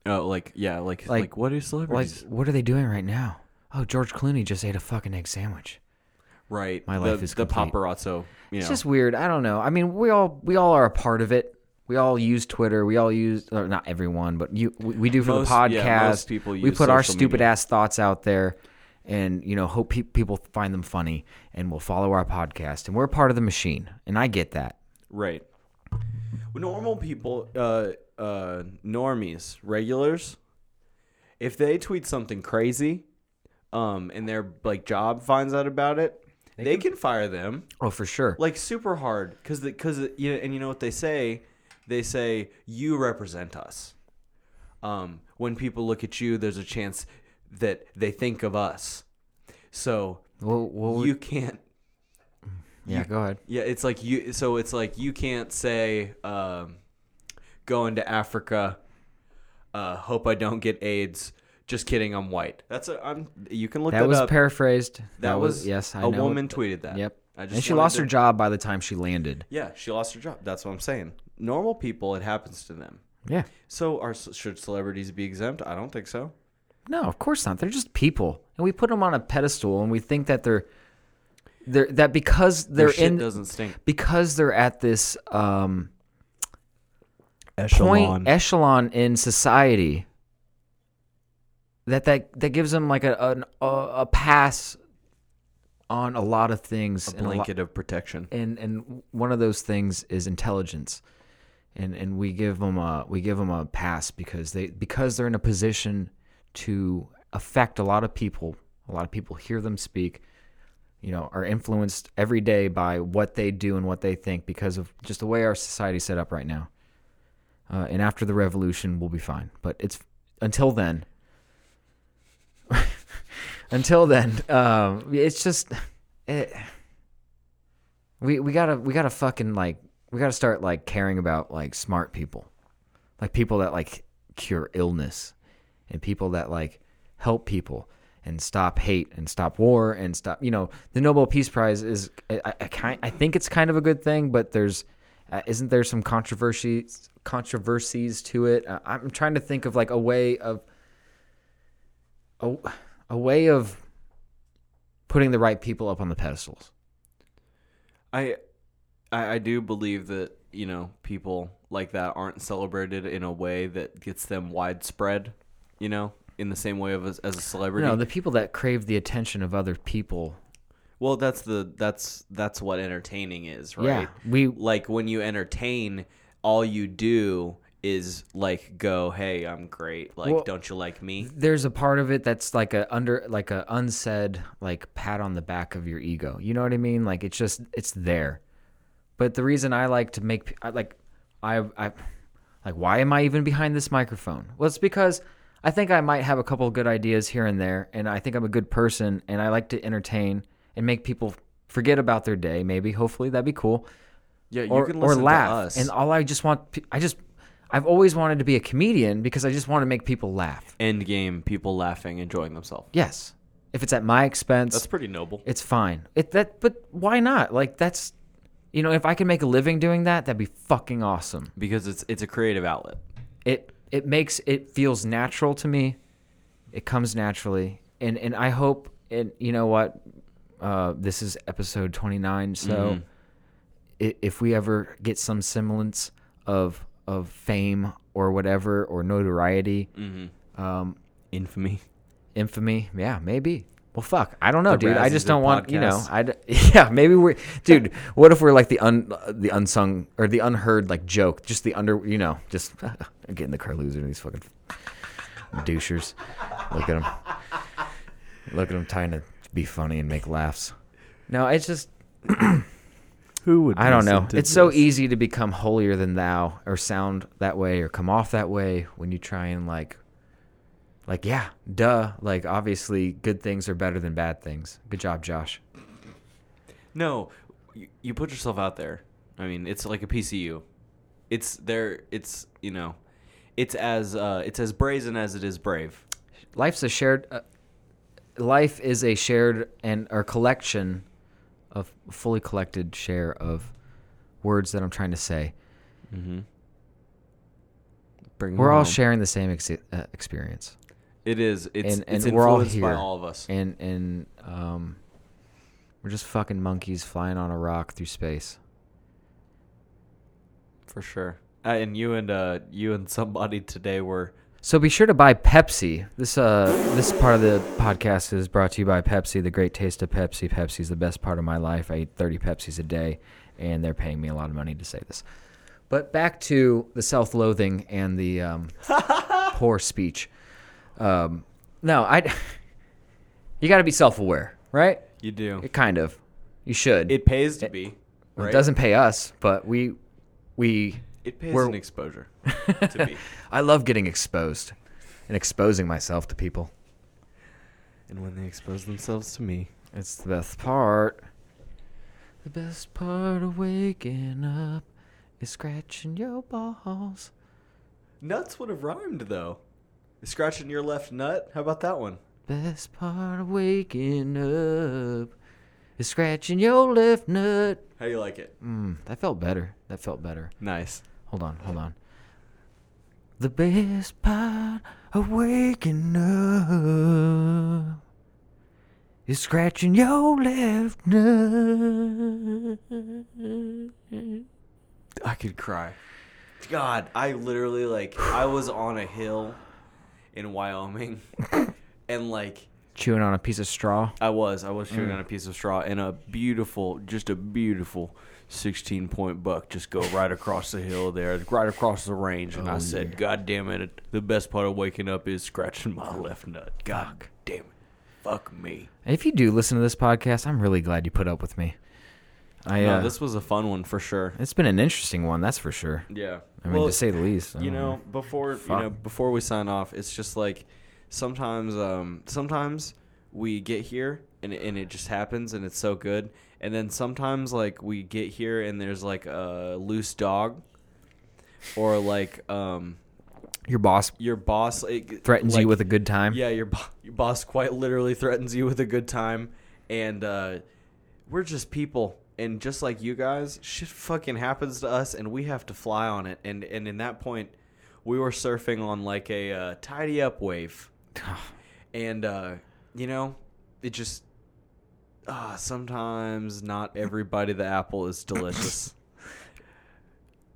[SPEAKER 3] Oh, like yeah, like like,
[SPEAKER 2] Like-
[SPEAKER 3] what are
[SPEAKER 2] Like,
[SPEAKER 3] celebrities?
[SPEAKER 2] what are they doing right now? Oh, George Clooney just ate a fucking egg sandwich.
[SPEAKER 3] right.
[SPEAKER 2] My
[SPEAKER 3] the,
[SPEAKER 2] life is
[SPEAKER 3] the
[SPEAKER 2] complete.
[SPEAKER 3] paparazzo. You know,
[SPEAKER 2] It's just weird. I don't know. I mean, we all we all are a part of it. we all use Twitter. We all use or not everyone, but you we, we do for
[SPEAKER 3] Most-
[SPEAKER 2] the
[SPEAKER 3] yeah,
[SPEAKER 2] podcast.
[SPEAKER 3] most people
[SPEAKER 2] we
[SPEAKER 3] use
[SPEAKER 2] put our
[SPEAKER 3] social
[SPEAKER 2] stupid
[SPEAKER 3] media.
[SPEAKER 2] ass thoughts out there, and you know hope pe- people find them funny and will follow our podcast. And we're a part of the machine, and I get that.
[SPEAKER 3] Right. Normal people, uh, uh, normies, regulars, if they tweet something crazy, um, and their like job finds out about it, they, can, fire them
[SPEAKER 2] Oh, for sure.
[SPEAKER 3] like super hard because because you know, and you know what they say, they say you represent us. Um, when people look at you, there's a chance that they think of us. So
[SPEAKER 2] Well, well,
[SPEAKER 3] you can't
[SPEAKER 2] yeah, go ahead.
[SPEAKER 3] yeah, it's like you. So it's like you can't say um, going to Africa. Uh, hope I don't get AIDS. Just kidding, I'm white. That's a, I'm. You can look that,
[SPEAKER 2] That was
[SPEAKER 3] up.
[SPEAKER 2] paraphrased. That,
[SPEAKER 3] that was
[SPEAKER 2] yes, I
[SPEAKER 3] a
[SPEAKER 2] know.
[SPEAKER 3] woman tweeted that.
[SPEAKER 2] Yep.
[SPEAKER 3] I just
[SPEAKER 2] and she
[SPEAKER 3] wanted
[SPEAKER 2] lost
[SPEAKER 3] to-
[SPEAKER 2] her job by the time she landed.
[SPEAKER 3] Yeah, she lost her job. That's what I'm saying. Normal people, it happens to them.
[SPEAKER 2] Yeah.
[SPEAKER 3] So are should celebrities be exempt? I don't think so.
[SPEAKER 2] No, of course not. They're just people, and we put them on a pedestal, and we think that they're they're that because
[SPEAKER 3] Their
[SPEAKER 2] they're
[SPEAKER 3] shit
[SPEAKER 2] in
[SPEAKER 3] doesn't stink.
[SPEAKER 2] because they're at this um, point echelon in society that that that gives them like a an, a, a pass on a lot of things.
[SPEAKER 3] a
[SPEAKER 2] and a lot-
[SPEAKER 3] blanket of protection.
[SPEAKER 2] and and one of those things is intelligence and and we give them a we give 'em a pass because they because they're in a position to affect a lot of people a lot of people hear them speak you know are influenced every day by what they do and what they think because of just the way our society's set up right now uh, and after the revolution we'll be fine but it's until then [LAUGHS] until then um, it's just it, we we gotta we gotta fucking like we gotta start like caring about like smart people, like people that like cure illness, and people that like help people and stop hate and stop war and stop you know the Nobel Peace Prize is I, I, I kind I think it's kind of a good thing, but there's uh, isn't there some controversies controversies to it? Uh, I'm trying to think of like a way of a, a way of putting the right people up on the pedestals.
[SPEAKER 3] I, I I do believe that you know people like that aren't celebrated in a way that gets them widespread. You know, in the same way of as, as a celebrity.
[SPEAKER 2] No, the people that crave the attention of other people.
[SPEAKER 3] well, that's the that's that's what entertaining is, right?
[SPEAKER 2] Yeah, we
[SPEAKER 3] Like when you entertain, all you do is like go, "Hey, I'm great. Like,
[SPEAKER 2] Well-
[SPEAKER 3] don't you like me?"
[SPEAKER 2] there's a part of it that's like a under like a unsaid like pat on the back of your ego. You know what I mean? Like it's just it's there. But the reason I like to make I like I I like why am I even behind this microphone? Well, it's because I think I might have a couple of good ideas here and there and I think I'm a good person and I like to entertain and make people forget about their day maybe. Hopefully that'd be cool.
[SPEAKER 3] Yeah, you
[SPEAKER 2] or,
[SPEAKER 3] can
[SPEAKER 2] or
[SPEAKER 3] listen
[SPEAKER 2] laugh.
[SPEAKER 3] to us.
[SPEAKER 2] And
[SPEAKER 3] And,
[SPEAKER 2] all I just want, pe- I just, I've always wanted to be a comedian because I just want to make people laugh.
[SPEAKER 3] End game, people laughing, enjoying themselves.
[SPEAKER 2] Yes, if it's at my expense,
[SPEAKER 3] That's pretty noble.
[SPEAKER 2] it's fine. It that, but why not? Like that's, you know, if I can make a living doing that, that'd be fucking awesome.
[SPEAKER 3] Because it's it's a creative outlet.
[SPEAKER 2] It it makes it feels natural to me. It comes naturally, and and I hope, and you know what, uh, this is episode twenty nine, so. i- if we ever get some semblance of of fame or whatever or notoriety,
[SPEAKER 3] Infamy.
[SPEAKER 2] infamy, yeah, maybe. Well, fuck, I don't know,
[SPEAKER 3] The
[SPEAKER 2] dude. I
[SPEAKER 3] Razzies
[SPEAKER 2] just
[SPEAKER 3] of
[SPEAKER 2] don't want you know.
[SPEAKER 3] podcasts.
[SPEAKER 2] I d- [LAUGHS] yeah, maybe we're dude. What if we're like the un the unsung or the unheard like joke, just the under you know, just [LAUGHS] getting the Carluzer and these fucking douchers. Look at them. Look at them trying to be funny and make laughs. No, it's just
[SPEAKER 6] [CLEARS THROAT] Who would?
[SPEAKER 2] I don't know.
[SPEAKER 6] listen to
[SPEAKER 2] It's so
[SPEAKER 6] this?
[SPEAKER 2] easy to become holier than thou or sound that way or come off that way when you try and like like yeah, duh, like obviously good things are better than bad things. Good job, Josh.
[SPEAKER 3] No, you, you put yourself out there. I mean, it's like a PCU. It's there. It's you know, it's as uh, it's as brazen as it is brave.
[SPEAKER 2] Life's a shared uh, life is a shared and or collection of fully collected share of words that I'm trying to say.
[SPEAKER 3] Mm-hmm. Bring
[SPEAKER 2] We're all sharing the same ex- uh, experience.
[SPEAKER 3] It is. It's
[SPEAKER 2] and,
[SPEAKER 3] it's
[SPEAKER 2] and we're all
[SPEAKER 3] influenced
[SPEAKER 2] here.
[SPEAKER 3] by all of us.
[SPEAKER 2] And and um, we're just fucking monkeys flying on a rock through space.
[SPEAKER 3] for sure. uh, and you and uh, you and somebody today were
[SPEAKER 2] So be sure to buy Pepsi. This uh this part of the podcast is brought to you by Pepsi, the great taste of Pepsi. Pepsi's the best part of my life. I eat 30 Pepsis a day and they're paying me a lot of money to say this. But back to the self-loathing and the um, poor speech. Um, no, I [LAUGHS] You got to be self-aware, right?
[SPEAKER 3] you do. It,
[SPEAKER 2] Kind of. You should.
[SPEAKER 3] pays to be. Right?
[SPEAKER 2] It doesn't pay us, but we we
[SPEAKER 3] It pays
[SPEAKER 2] we're-
[SPEAKER 3] an
[SPEAKER 2] [LAUGHS]
[SPEAKER 3] exposure to be.
[SPEAKER 2] I love getting exposed and exposing myself to people.
[SPEAKER 3] And when they expose themselves to me,
[SPEAKER 2] It's the best part. The best part of waking up is scratching your balls.
[SPEAKER 3] nuts would have rhymed though. Scratching your left nut. How about that one?
[SPEAKER 2] Best part of waking up is scratching your left nut.
[SPEAKER 3] How you like it?
[SPEAKER 2] Mm, that felt better. That felt better.
[SPEAKER 3] Nice.
[SPEAKER 2] Hold on, hold on. The best part of waking up is scratching your left nut.
[SPEAKER 3] I could cry. God, I literally like I was on a hill
[SPEAKER 2] [LAUGHS]
[SPEAKER 3] in Wyoming, and like
[SPEAKER 2] Chewing on a piece of straw.
[SPEAKER 3] I was. I was
[SPEAKER 2] Mm.
[SPEAKER 3] chewing on a piece of straw, and a beautiful, just a beautiful 16 point buck just go right across the hill there, right across the range. And
[SPEAKER 2] Oh,
[SPEAKER 3] I said, God damn it. The best part of waking up is scratching my left nut. God damn it. Fuck me.
[SPEAKER 2] If you do listen to this podcast, I'm really glad you put up with me. I uh,
[SPEAKER 3] No, this was a fun one for sure.
[SPEAKER 2] it's been an interesting one, that's for sure.
[SPEAKER 3] Yeah.
[SPEAKER 2] I mean, to say the least. I
[SPEAKER 3] you
[SPEAKER 2] don't
[SPEAKER 3] know before you know
[SPEAKER 2] Oh Fuck.
[SPEAKER 3] before we sign off it's just like sometimes um sometimes we get here and, and it just happens and it's so good and then sometimes like we get here and there's like a loose dog or like um
[SPEAKER 2] your boss
[SPEAKER 3] your boss like,
[SPEAKER 2] threatens
[SPEAKER 3] like-
[SPEAKER 2] you with a good time.
[SPEAKER 3] yeah your, bo- your boss quite literally threatens you with a good time and uh we're just people and just like you guys shit fucking happens to us and we have to fly on it and and in that point we were surfing on like a uh, tidy up
[SPEAKER 2] [SIGHS]
[SPEAKER 3] wave and uh you know it just ah sometimes not everybody the
[SPEAKER 2] [COUGHS]
[SPEAKER 3] apple is delicious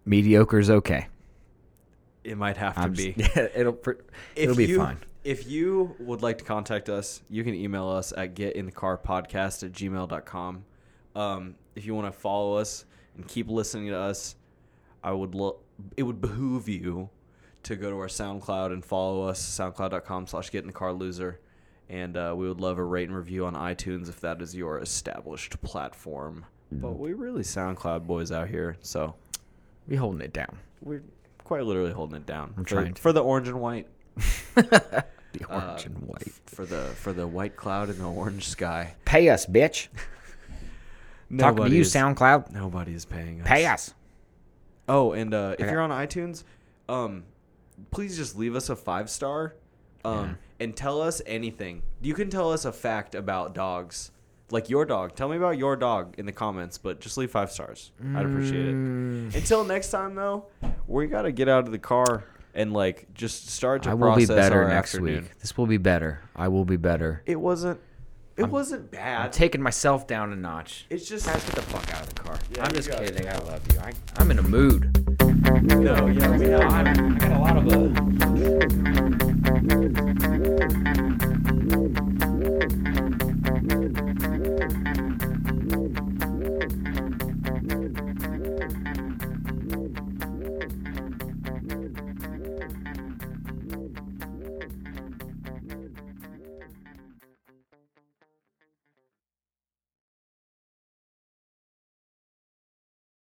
[SPEAKER 2] Mediocre's okay.
[SPEAKER 3] it might have to
[SPEAKER 2] I'm
[SPEAKER 3] be
[SPEAKER 2] [LAUGHS] s- yeah, it'll pr- it'll be
[SPEAKER 3] you,
[SPEAKER 2] fine.
[SPEAKER 3] If you would like to contact us, you can email us at getinthecarpodcast at gmail.com. Um, if you want to follow us and keep listening to us, I would lo- it would behoove you to go to our SoundCloud and follow us, soundcloud.com slash getinthecarloser. And uh, we would love a rate and review on iTunes if that is your established platform. But we really SoundCloud boys out here, so
[SPEAKER 2] Be holding it down.
[SPEAKER 3] we're quite literally holding it down. I'm for,
[SPEAKER 2] trying to.
[SPEAKER 3] for the orange and white
[SPEAKER 2] The
[SPEAKER 3] Uh,
[SPEAKER 2] orange and white.
[SPEAKER 3] for the for the white cloud and the orange sky.
[SPEAKER 1] Pay us, bitch.
[SPEAKER 3] Nobody
[SPEAKER 1] Talking to you,
[SPEAKER 3] is,
[SPEAKER 1] SoundCloud.
[SPEAKER 3] Nobody is paying us.
[SPEAKER 1] Pay us.
[SPEAKER 3] Oh, and uh, if you're on iTunes, um, please just leave us a five star, um, and tell us anything. You can tell us a fact about dogs, like your dog. Tell me about your dog in the comments, but just leave five stars. I'd appreciate it.
[SPEAKER 2] Mm.
[SPEAKER 3] Until next time, though, we gotta get out of the car and like just start to
[SPEAKER 2] I will be
[SPEAKER 3] process
[SPEAKER 2] better
[SPEAKER 3] our
[SPEAKER 2] next
[SPEAKER 3] afternoon.
[SPEAKER 2] week. This will be better. I will be better.
[SPEAKER 3] It wasn't. It wasn't bad.
[SPEAKER 2] I'm taking myself down a notch.
[SPEAKER 3] it's just
[SPEAKER 2] Guys, get the fuck out of the car.
[SPEAKER 3] Yeah,
[SPEAKER 2] I'm
[SPEAKER 3] you
[SPEAKER 2] just
[SPEAKER 3] got it.
[SPEAKER 2] kidding. I love you. I, I'm in a mood.
[SPEAKER 3] no. Yeah, we have.
[SPEAKER 2] I got a lot of.